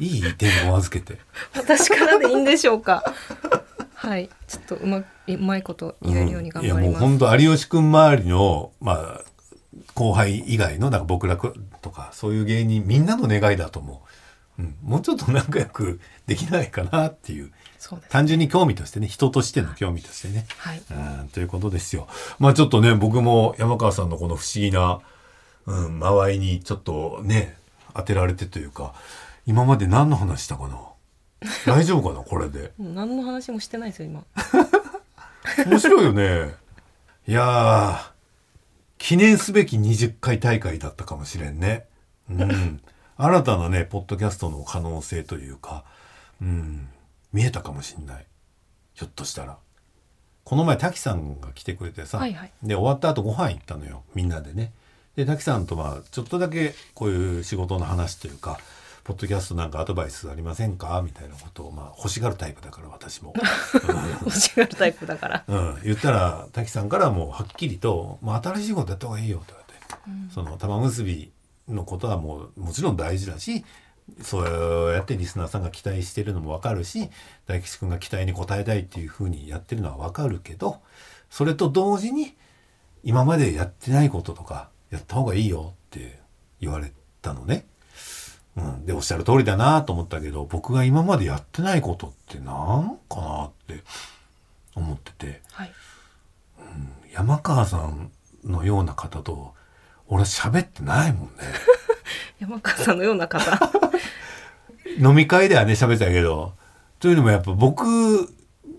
[SPEAKER 2] いい点を預けて
[SPEAKER 3] 私からでいいんでしょうかはいちょっとうまうまいこと言えるように頑張ります、
[SPEAKER 2] うんいやもう本当有吉君周りの、まあ、後輩以外のなんか僕らとかそういう芸人みんなの願いだと思う、うん、もうちょっと仲良くできないかなっていう
[SPEAKER 3] そうです
[SPEAKER 2] 単純に興味としてね人としての興味としてね、
[SPEAKER 3] はい
[SPEAKER 2] うん、ということですよまあちょっとね僕も山川さんのこの不思議な、うん、間合いにちょっとね当てられてというか今まで何の話したかな大丈夫かなこれで
[SPEAKER 3] もう何の話もしてないですよ今
[SPEAKER 2] 面白いよね。いやー、記念すべき20回大会だったかもしれんね。うん。新たなね、ポッドキャストの可能性というか、うん、見えたかもしんない。ひょっとしたら。この前、滝さんが来てくれてさ、
[SPEAKER 3] はいはい
[SPEAKER 2] で、終わった後ご飯行ったのよ、みんなでね。で、滝さんとは、ちょっとだけこういう仕事の話というか、ポッドキャストなんかアドバイスありませんかみたいなことを、まあ、欲しがるタイプだから、私 も。うん
[SPEAKER 3] 欲しがるタイプだから、
[SPEAKER 2] うん、言ったら滝さんからもうはっきりと「もう新しいことやった方がいいよ」とかって、
[SPEAKER 3] うん
[SPEAKER 2] その玉結びのことはもうもちろん大事だしそうやってリスナーさんが期待してるのも分かるし大吉君が期待に応えたいっていうふうにやってるのは分かるけどそれと同時に今までやってないこととかやった方がいいよって言われたのね。うん、でおっしゃる通りだなと思ったけど僕が今までやってないことってなんかなって思ってて。
[SPEAKER 3] はい
[SPEAKER 2] 山川さんのような方と俺喋ってないもんね
[SPEAKER 3] 山川さんのような方
[SPEAKER 2] 飲み会ではね喋ってたけどというのもやっぱ僕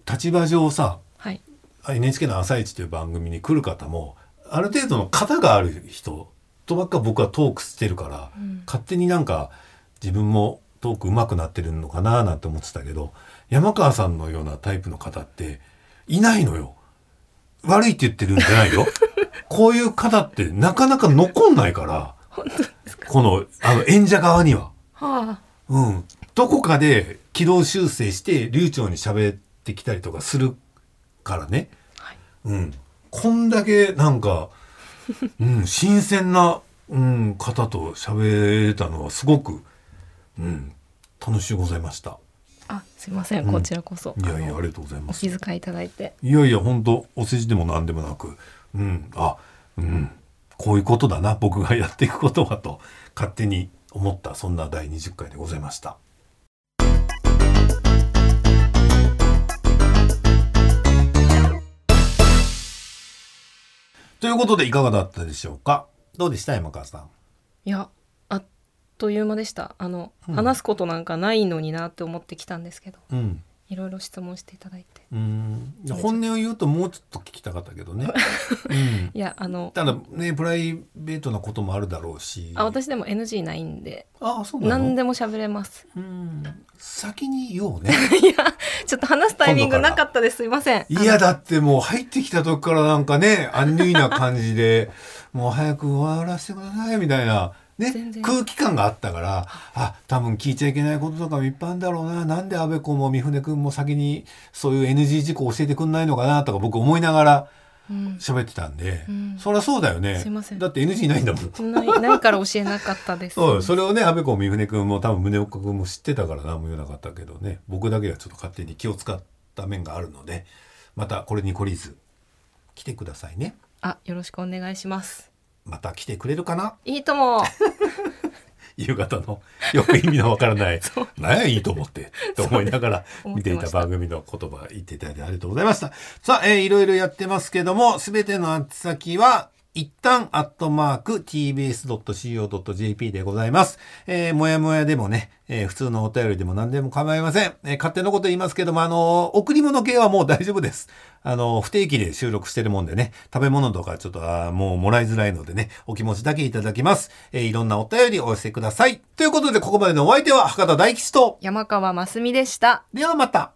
[SPEAKER 2] 立場上さ
[SPEAKER 3] はい
[SPEAKER 2] NHK の「朝一という番組に来る方もある程度の型がある人とばっか僕はトークしてるから、
[SPEAKER 3] うん
[SPEAKER 2] 勝手になんか自分もトーク上手くなってるのかななんて思ってたけど山川さんのようなタイプの方っていないのよ。悪いって言ってるんじゃ ないよ。こういう方ってなかなか残んないから、
[SPEAKER 3] 本当ですか
[SPEAKER 2] このあの演者側には。
[SPEAKER 3] はあ
[SPEAKER 2] うん。どこかで軌道修正して流暢に喋ってきたりとかするからね。
[SPEAKER 3] はい
[SPEAKER 2] うん。こんだけなんか、 うん、新鮮な、うん、方と喋れたのはすごく、うん、楽しゅうございました。
[SPEAKER 3] あすいません
[SPEAKER 2] うん
[SPEAKER 3] こちらこそ、
[SPEAKER 2] いやいや、
[SPEAKER 3] あ
[SPEAKER 2] あ
[SPEAKER 3] の
[SPEAKER 2] りがとうござい
[SPEAKER 3] お
[SPEAKER 2] ます。
[SPEAKER 3] 気遣いいただいて
[SPEAKER 2] いやいや、本当お世辞でも何でもなく、うん、あ、うん、こういうことだな、僕がやっていくことはと、勝手に思った、そんな第20回でございました。ということで、いかがだったでしょうかどうでした山川さん。
[SPEAKER 3] いやあっという間でしたあの、
[SPEAKER 2] うん
[SPEAKER 3] 話すことなんかないのになって思ってきたんですけど
[SPEAKER 2] うん。
[SPEAKER 3] いろいろ質問していただいて
[SPEAKER 2] うん。本音を言うと、もうちょっと聞きたかったけどね。うん。
[SPEAKER 3] いやあの
[SPEAKER 2] ただね、プライベートなこともあるだろうし。
[SPEAKER 3] あ私でも NG ないんで
[SPEAKER 2] あ、そうなの
[SPEAKER 3] 何でも喋れます
[SPEAKER 2] うん先に言おうね。
[SPEAKER 3] いやちょっと話すタイミングなかったですすいません
[SPEAKER 2] いや、だってもう入ってきた時からなんかね、アンニュイな感じで、 もう早く終わらせてくださいみたいな、ね
[SPEAKER 3] 全、然
[SPEAKER 2] 空気感があったから、あ、多分聞いちゃいけないこととかもいっぱいあるんだろうな、なんで安部君も三船君も先にそういう NG 事項教えてくんないのかなとか僕思いながら
[SPEAKER 3] うん
[SPEAKER 2] 喋ってたんで、
[SPEAKER 3] うん
[SPEAKER 2] そりゃそうだよね。
[SPEAKER 3] すいません
[SPEAKER 2] だって NG ないんだもん。
[SPEAKER 3] ないないから教えなかったで す
[SPEAKER 2] そうそれをね安部君三船君も多分宗岡君も知ってたから何も言わなかったけどね僕だけはちょっと勝手に気を使った面があるのでまたこれに懲りず来てくださいね
[SPEAKER 3] あよろしくお願いします
[SPEAKER 2] また来てくれるかない
[SPEAKER 3] いとも
[SPEAKER 2] 夕方のよく意味のわからない
[SPEAKER 3] そう
[SPEAKER 2] 何やいいと思ってと思いながら
[SPEAKER 3] そう
[SPEAKER 2] 見てい
[SPEAKER 3] 思ってま
[SPEAKER 2] た
[SPEAKER 3] した
[SPEAKER 2] 番組の言葉言っていただいてありがとうございましたさあ、えーいろいろやってますけども全ての宛先は一旦アットマーク tbs.co.jp でございます。えー、もやもやでもね、えー普通のお便りでも何でも構いません。えー勝手なこと言いますけども、あのー贈り物系はもう大丈夫です。あのー不定期で収録してるもんでね、食べ物とかちょっと、あーもうもらいづらいのでね、お気持ちだけいただきます。えーいろんなお便りお寄せください。ということで、ここまでのお相手は博多大吉と、
[SPEAKER 3] 山川真澄でした
[SPEAKER 2] ではまた。